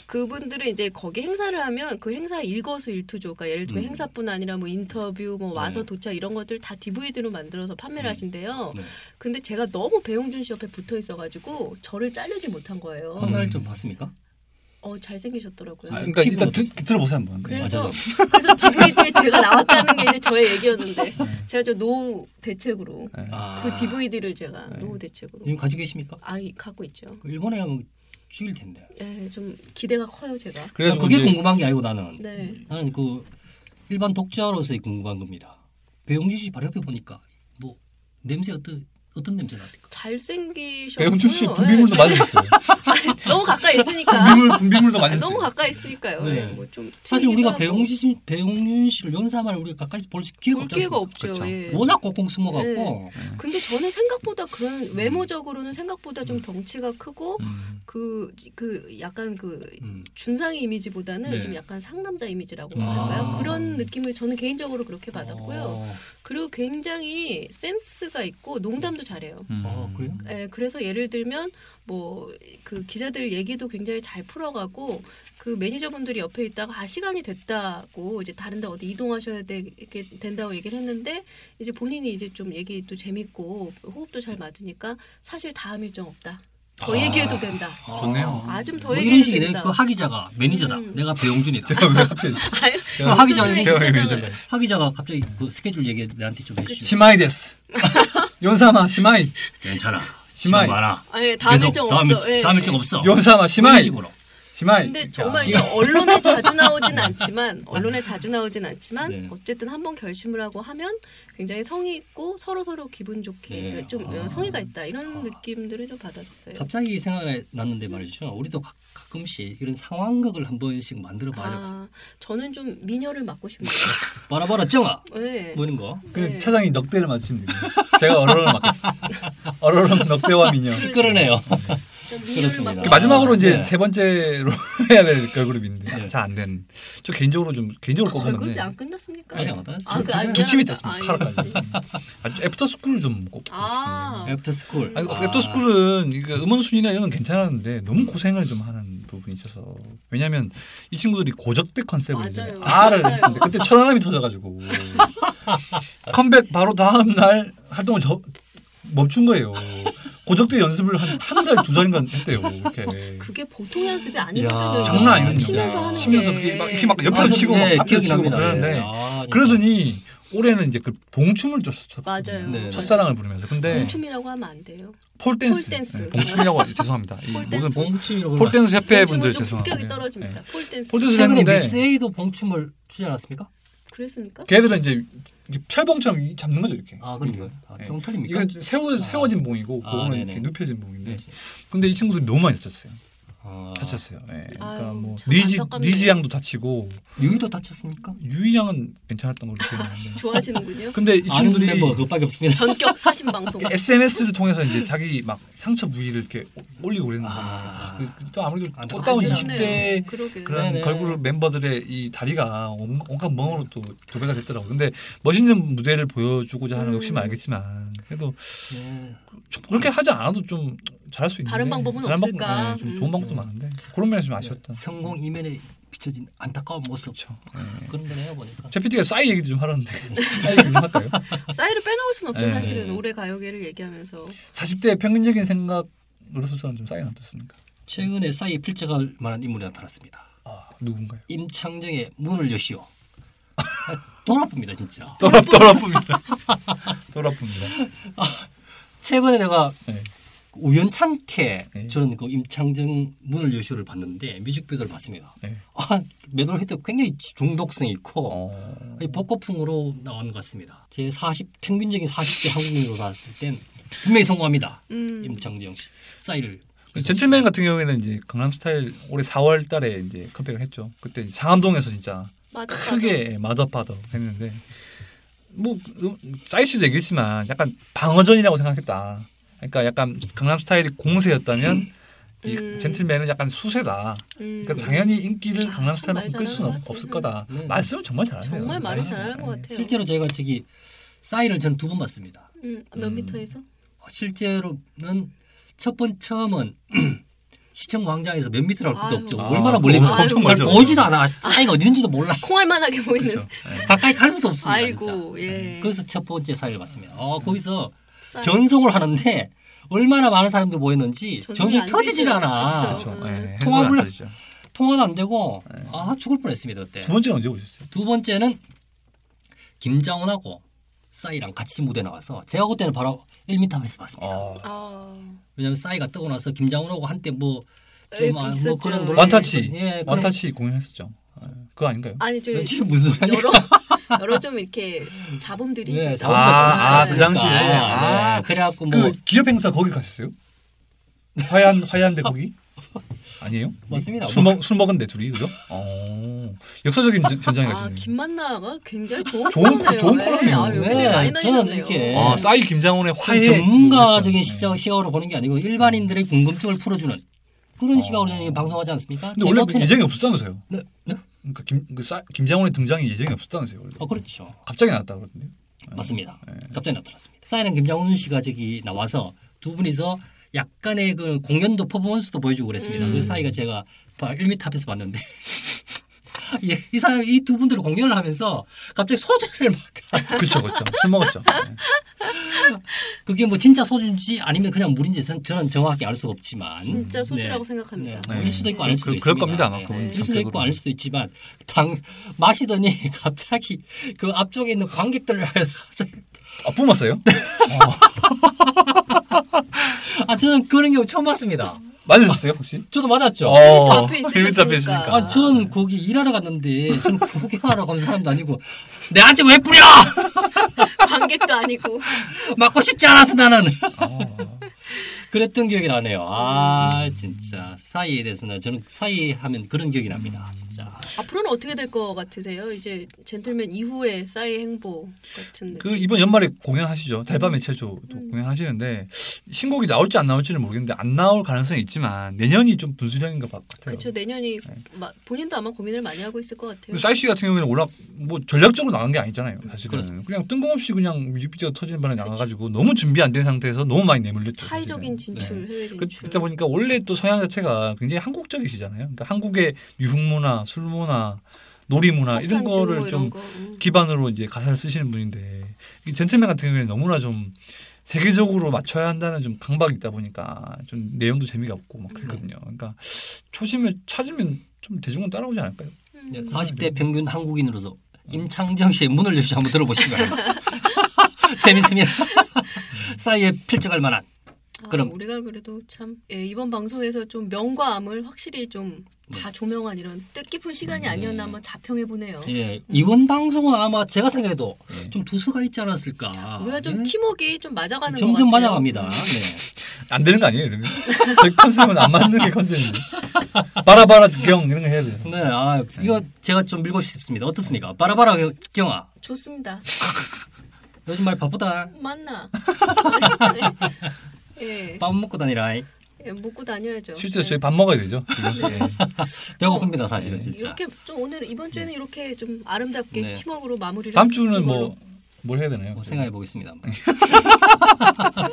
그분들은 이제 거기 행사를 하면 그 행사 일거수일투족, 그러니까 예를 들면 음. 행사뿐 아니라 뭐 인터뷰, 뭐 와서 네. 도착 이런 것들 다 DVD로 만들어서 판매를 음. 하신대요. 네. 근데 제가 너무 배용준 씨 옆에 붙어 있어가지고 저를 잘르지 못한 거예요. 음. 콧날 좀 봤습니까? 어 잘생기셨더라고요. 아, 그러니까 일단 드, 피부도- 들어보세요 한번. 네. 아, 그래서 죄송합니다. 그래서 DVD에 제가 나왔다는 게 이제 저의 얘기였는데 제가 저 노후 대책으로 네. 네. 아. 그 DVD를 제가 네. 노후 대책으로 지금 가지고 계십니까? 아 이- 갖고 있죠. 그 일본에 가면 죽일 텐데. 예, 좀 기대가 커요 제가. 그래서 그게 이제- 궁금한 게 아니고 나는 네. 나는 그 일반 독자로서의 궁금한 겁니다. 배용준 씨 바로 옆에 보니까 뭐 냄새 어떤 어떤 냄새 그 났을까? 잘생기셨고요. 배용준 씨 예. 분비물도 많이 있어요. 아니, 너무 가까이 있으니까. 분비물 분비물도 많이 아니, 있어요. 너무 가까이 있으니까요. 네. 예, 뭐좀 사실 튕기기도 우리가 하고. 배용준 씨, 배용준 씨를 연사하면 우리가 가까이서 볼 수- 기회가 볼 없지 기회가 않습니까? 네. 없죠. 그렇죠. 예. 워낙 꽁꽁 숨어갖고 근데 저는 생각보다 음. 그런 외모적으로는 생각보다 좀 덩치가 크고 음. 그 그 약간 그 음. 준상 이미지보다는 네. 좀 약간 상남자 이미지라고 아. 할까요? 그런 느낌을 저는 개인적으로 그렇게 받았고요. 어, 그리고 굉장히 센스가 있고 농담도 잘해요. 음. 아, 그래요? 예, 그래서 예를 들면 뭐 그 기자들 얘기도 굉장히 잘 풀어가고 그 매니저분들이 옆에 있다가 아 시간이 됐다고 이제 다른데 어디 이동하셔야 되, 이렇게 된다고 얘기를 했는데 이제 본인이 이제 좀 얘기도 재밌고 호흡도 잘 맞으니까 사실 다음 일정 없다. 더 아. 얘기해도 된다. 좋네요. 아 좀 더 뭐 이런 얘기해도 식이 된다. 내그 하기자가 매니저다. 음. 내가 배용준이다. 제가 왜 하필 아유, 제가 하기 전에 제가 왜 진짜잖아요. 그러잖아요. 하기자가 갑자기 그 스케줄 얘기 나한테 좀 해주시. 시마이 데스. 연사마 시마이. 괜찮아. 심하이. 시간 많아. 아, 예, 다음 계속 일정 다음 없어. 일- 예, 다음 예. 일정 없어. 연사마 이런 시마이. 식으로. 희망. 근데 정말 이게 지금- 언론에 자주 나오진 않지만 언론에 자주 나오진 않지만 네. 어쨌든 한번 결심을 하고 하면 굉장히 성의 있고 서로 서로 기분 좋게 네. 그러니까 좀 아. 어, 성의가 있다 이런 아. 느낌들을 좀 받았어요. 갑자기 생각이 났는데 말이죠. 우리도 가, 끔씩 이런 상황극을 한 번씩 만들어 봐야 아, 저는 좀 미녀를 맡고 싶네요. 봐라 봐라 정아. 네. 뭐는 거? 그 네. 차장이 넉대를 맞추면 됩니다. 제가 어로를 맡겠습니다. 어로는 넉대와 미녀. 그러네요. 아, 좀 미녀를 그렇습니다. 맡고 그 마지막으로 이제 네. 세 번째로 해야 될 걸그룹인데 네. 잘 안 되는. 저 개인적으로 좀 개인적으로 얼굴이 꼽았는데 안 끝났습니까? 아니 안 아, 그, 아, 아니, 두 팀이 아, 미안합니다. 됐습니다. 아, 예. 카라까지. 아주 애프터 스쿨을 좀 꼽고. 아. 애프터 스쿨. 아니, 그 애프터 스쿨은 이거 음원 순위나 이런 건 괜찮았는데 너무 고생을 좀 하는 부분이 있어서 왜냐하면 이 친구들이 고적대 컨셉을 이제 맞아요. R을 맞아요. 했는데 그때 천안함이 터져가지고 컴백 바로 다음 날 활동을 저, 멈춘 거예요. 고적대 연습을 한 한 달 두 달인가 했대요. 이렇게 그게 보통 연습이 야, 아니거든요. 장난 아니거든요. 치면서 하는 치면서 게. 그게 막 이렇게 막 옆에서 아, 치고 네, 막 앞에서 기억이 치고 납니다. 그러는데 네. 아, 그러더니 올해는 이제 그 봉춤을 쳤었거든요. 맞아요. 네. 첫사랑을 부르면서 근데 춤이라고 하면 안 돼요. 폴댄스, 폴댄스. 네, 봉춤이라고 죄송합니다. 이 폴댄스. 모든 봉- 봉춤이라고 폴댄스 협회 왼쪽은 분들 좀 네, 죄송합니다. 품격이 떨어집니다. 네. 폴댄스. 폴댄스 최근에 했는데 미스 A도 봉춤을 추지 않았습니까? 그랬습니까? 걔들은 이제 이렇게 철봉처럼 이- 잡는 거죠 이렇게. 아 그런가요? 아, 네. 좀 틀립니까? 이거 세워 세워진 봉이고 아, 봉은 네네. 이렇게 눕혀진 봉인데 네. 근데 이 친구들이 너무 많이 다쳤어요. 아, 다쳤어요. 예. 그러니까 아유, 뭐 참 리지 안타깝네요. 리지 양도 다치고 아, 유희도 다쳤습니까? 유이 양은 괜찮았던 걸로 기억나는데. 좋아하시는군요. 근데 이 아는 친구들이 멤버 그것밖에 없습니다. 전격 사신 방송. 네. SNS를 통해서 이제 자기 막 상처 부위를 이렇게 올리고 그랬는데 아. 그- 또 아무래도 아, 꽃다운 안타깝네요. 20대 그러게. 그런 네네. 걸그룹 멤버들의 이 다리가 온- 온갖 멍으로 또 두 배가 됐더라고. 근데 멋있는 무대를 보여주고자 하는 음. 욕심은 알겠지만 그래도 네. 좀 그렇게 하지 않아도 좀 잘할 수 있는데 다른 방법은 방법- 없을까? 네, 좀 음. 좋은 방법도 많은데 그런 면에서 좀 아쉬웠다. 성공 이면에 비춰진 안타까운 모습 그렇죠. 네. 음. 그런 거네요 보니까. 제 PD가 싸이 얘기도 좀 하라는데 싸이 얘기 좀 할까요? 싸이를 빼놓을 순 없죠 네. 사실은 올해 가요계를 얘기하면서 40대 평균적인 생각으로서는 좀 싸이는 어떻습니까? 최근에 싸이 필적할 만한 인물이 나타났습니다. 아, 누군가요? 임창정의 문을 여시오. 아, 돌아봅니다 진짜. 떠라 떠라쁩니다. 떠라쁩니다. 최근에 내가 네. 우연찮게 네. 저는 그 임창정 문을 여시오를 봤는데 뮤직비디오를 봤습니다. 네. 아 매달 히트 굉장히 중독성 있고 어. 이 복고풍으로 나온 것 같습니다. 제 40, 평균적인 40대 한국인으로 봤을 땐 분명히 성공합니다. 음. 임창정 씨. 싸이를. 그 젠틀맨 같은 경우에는 이제 강남 스타일 올해 4월 달에 이제 컴백을 했죠. 그때 이제 상암동에서 진짜 맞아. 네. 크게 마더파더 했는데 뭐 음, 싸이 씨도 얘기했지만 약간 방어전이라고 생각했다. 그러니까 약간 강남 스타일이 공세였다면 이 음. 젠틀맨은 약간 수세다. 음. 그러니까 당연히 인기를 아, 참 강남 스타일로 이끌 말잘하는 수는 것 같아요. 없을 거다. 네. 말씀을 정말 잘하네요. 정말 말을 네. 잘하는 것 같아요. 실제로 제가 저기 싸이를 저는 두 번 봤습니다. 음, 몇 음. 미터에서? 어, 실제로는 첫 번 처음은 시청 광장에서 몇 미터를 할 아유. 수도 없죠. 아, 얼마나 멀리 거기 가서 엄청 잘 멀죠. 보지도 않아. 싸이가 어디 있는지도 몰라. 콩알만하게 보이는. 그렇죠. 네. 가까이 갈 수도 없습니다. 아이고, 진짜. 네. 예. 그래서 첫 번째 싸이를 봤습니다. 음. 어, 거기서 싸이. 전송을 하는데 얼마나 많은 사람들 모였는지 전송이 전송이 안 터지질 되죠. 않아. 그렇죠. 그렇죠. 음. 네. 통합을- 행동이 안 따지죠. 통화도 안 되고 네. 아 죽을 뻔했습니다 그때. 두 번째는 언제 오셨어요? 두 번째는 김장훈하고 싸이랑 같이 무대 나와서 제가 그때는 바로 1m 앞에서 봤습니다. 아. 아. 왜냐면 싸이가 뜨고 나서 김장훈하고 한때 뭐 에, 좀, 아, 뭐 있었죠. 그런 예. 원타치. 예, 그런 원타치 공연했었죠. 아, 그거 아닌가요? 아니 네. 저 지금 무슨 소리야? 여러 여러 좀 이렇게 자본들이 예, 있었죠. 자원도 아, 좀 그 당시에. 있었으니까. 아. 네, 그래갖고 뭐 그 기업 행사 거기 가셨어요? 화얀 화얀데 거기? 아니에요? 맞습니다. 술, 먹, 술 먹은 데 둘이 그죠? 어. 역사적인 전- 아, 현장이었네요. 김만나가 굉장히 좋은 좋은 코너네요. 좋은 예. 코너네요. 아, 욕심이 네, 많이 저는 나네요. 이렇게 아, 싸이 김장훈의 좀 화해 전문가적인 네. 시각 시각으로 보는 게 아니고 일반인들의 궁금증을 풀어주는 그런 어. 시각으로 저는 방송하지 않습니까? 근데 원래 그 제모토는- 예정이 없었다면서요? 네, 네? 그러니까 김, 그 싸, 김장훈의 등장이 예정이 없었다면서요? 원래. 어, 그렇죠. 갑자기 나왔다 그러던데요? 네. 맞습니다. 네. 갑자기 나타났습니다. 사인은 김장훈 씨가 저기 나와서 두 분이서 약간의 그 공연도 퍼포먼스도 보여주고 그랬습니다. 음. 그 사이가 제가 1m 앞에서 봤는데. 예, 이 사람 이 두 분들 공연을 하면서 갑자기 소주를 막 그렇죠, 그렇죠. 술 먹었죠. 네. 그게 뭐 진짜 소주인지 아니면 그냥 물인지 전- 저는 정확히 알 수가 없지만 진짜 소주라고 네. 생각합니다. 네. 일 수도 있고 아닐 그- 수도 그- 있습니다. 그럴 겁니다, 아마. 네. 그건 일 수도 있고 정책으로. 아닐 수도 있지만 당 마시더니 갑자기 그 앞쪽에 있는 관객들을 갑자기 아, 뿜었어요? 아 저는 그런 경우 처음 봤습니다. 맞으셨어요 혹시? 저도 맞았죠. 그 다 앞에 있으셨으니까. 비밀 앞에 있으니까. 아, 전 거기 일하러 갔는데 전 구경하러 간 사람도 아니고 내한테 왜 뿌려? 관객도 아니고 맞고 싶지 않아서 나는 아. 그랬던 기억이 나네요. 아 진짜 사이에 대해서는 저는 사이 하면 그런 기억이 납니다. 진짜 앞으로는 어떻게 될 것 같으세요? 이제 젠틀맨 이후에 싸이 행보 같은 그 느낌. 이번 연말에 공연하시죠. 달밤의 체조도 음. 공연하시는데 신곡이 나올지 안 나올지는 모르겠는데 안 나올 가능성이 있지만 내년이 좀 분수령인 것 같아요. 그렇죠 내년이 네. 마- 본인도 아마 고민을 많이 하고 있을 것 같아요. 사이씨 같은 경우에는 워낙 뭐 전략적으로 나간 게 아니잖아요. 음, 사실은 그렇습니다. 그냥 뜬금없이 그냥 뮤직비디오 터지는 바람에 그렇죠. 나가가지고 너무 준비 안 된 상태에서 너무 많이 내몰렸죠. 사회적인 사실은. 진출, 해외 그- 진출. 그러다 보니까 원래 또 성향 자체가 굉장히 한국적이시잖아요. 그러니까 한국의 유흥문화, 술문화, 놀이문화 이런 폭탄주 거를 뭐 좀 이런 거. 음. 기반으로 이제 가사를 쓰시는 분인데 이 젠틀맨 같은 경우에는 너무나 좀 세계적으로 맞춰야 한다는 좀 강박이 있다 보니까 좀 내용도 재미가 없고 막 그랬거든요. 그러니까 초심을 찾으면 좀 대중은 따라오지 않을까요? 음. 네. 40대 평균 한국인으로서 임창정 씨의 문을 열시 한번 들어보시기 바랍니다. 재밌습니다. 사이에 필적할 만한 아, 그럼. 우리가 그래도 참 예, 이번 방송에서 좀 명과 암을 확실히 좀 네. 다 조명한 이런 뜻깊은 음. 시간이 아니었나 네. 한번 자평해 보네요. 예, 이번 방송은 아마 제가 생각해도 좀 두서가 있지 않았을까. 네. 우리가 좀 음. 예? 팀워크가 좀 맞아가는 점점 것 같아요. 맞아갑니다. 음. 네. 안 되는 거 아니에요? 이러면 제 컨셉은 안 맞는 게 컨셉인데 바라바라 경 이런 거 해야 돼요. 네, 아, 이거 제가 좀 밀고 싶습니다. 어떻습니까? 바라바라 경- 경아. 좋습니다. 요즘 말 바쁘다. 맞나? 예, 밥 먹고 다니라. 예, 먹고 다녀야죠. 실제로 예. 저희 밥 먹어야 되죠. 지금. 예. 배고픕니다, 사실은 진짜. 네. 이렇게 좀 오늘 이번 주에는 이렇게 좀 아름답게 네. 팀워크로 마무리를 네. 다음 해주는 주는 뭐 걸로. 뭘 해야 되나요? 뭐 생각해 보겠습니다. 한번.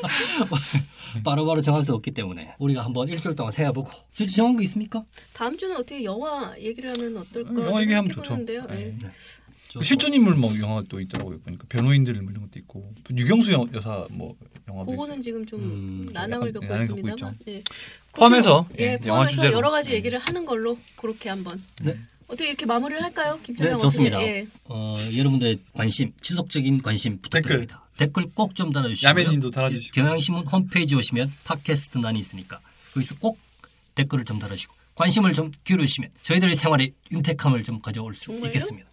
바로바로 정할 수 없기 때문에 우리가 한번 일주일 동안 세어보고 주제 정한 거 있습니까? 다음 주는 어떻게 영화 얘기를 하면 어떨까? 음, 예. 영화 얘기하면 좋죠. 해보는데요. 예. 예. 저- 그 실존 인물 뭐 영화 또 있더라고요. 보니까 변호인들 뭐 이런 것도 있고 유경수 여- 여사 뭐 영화도 있고. 그거는 지금 좀 음, 좀 난항을 약간 겪고 난항을 겪고 있습니다만 예. 포함해서, 예, 예, 영화 포함해서 주제로. 여러 가지 예. 얘기를 하는 걸로 그렇게 한번 네. 어떻게 이렇게 마무리를 할까요, 네, 김철영 좋습니다. 예. 어, 여러분들의 관심, 지속적인 관심 부탁드립니다. 댓글, 꼭 좀 달아주시고요. 야매님도 달아주시고. 경향신문 홈페이지 오시면 팟캐스트 난이 있으니까 거기서 꼭 댓글을 좀 달아주시고 관심을 좀 기울여 주시면 저희들의 생활에 윤택함을 좀 가져올 수 정말요? 있겠습니다.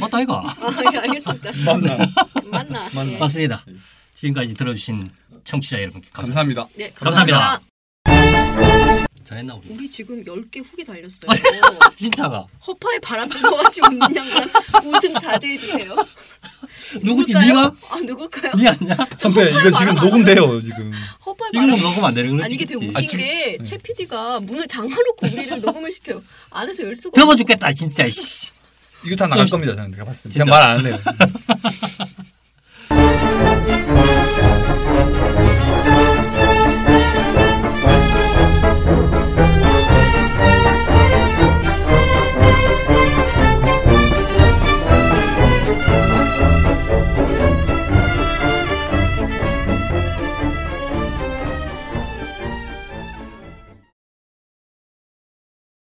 맞다 이거. 아, 예, 알겠습니다. 네. 맞나? 맞나? 예. 맞습니다. 지금까지 들어주신 청취자 여러분께 감사합니다. 감사합니다. 네, 감사합니다. 감사합니다. 잘했나 우리? 우리 지금 10개 후기 달렸어요. 진짜가 허파에 바람 불어가지고 웃는 양반 웃음 자제해 주세요. 누구지? 누굴까요? 네가? 아, 누굴까요? 네 아니야? 선배 이거 지금 녹음돼요 지금. 허파에 이거 바람 먹으면 안 되는 거지? 아니 이게 되게 웃긴 아, 지금- 게, 채 PD가 문을 잠가놓고 우리를 녹음을 시켜요. 안에서 열 수가 더워 죽겠다 진짜. 씨. 그러니까. 이거 다 나갈 겁니다. 저는 내가 봤을 때. 그냥 진짜. 말 안 해요.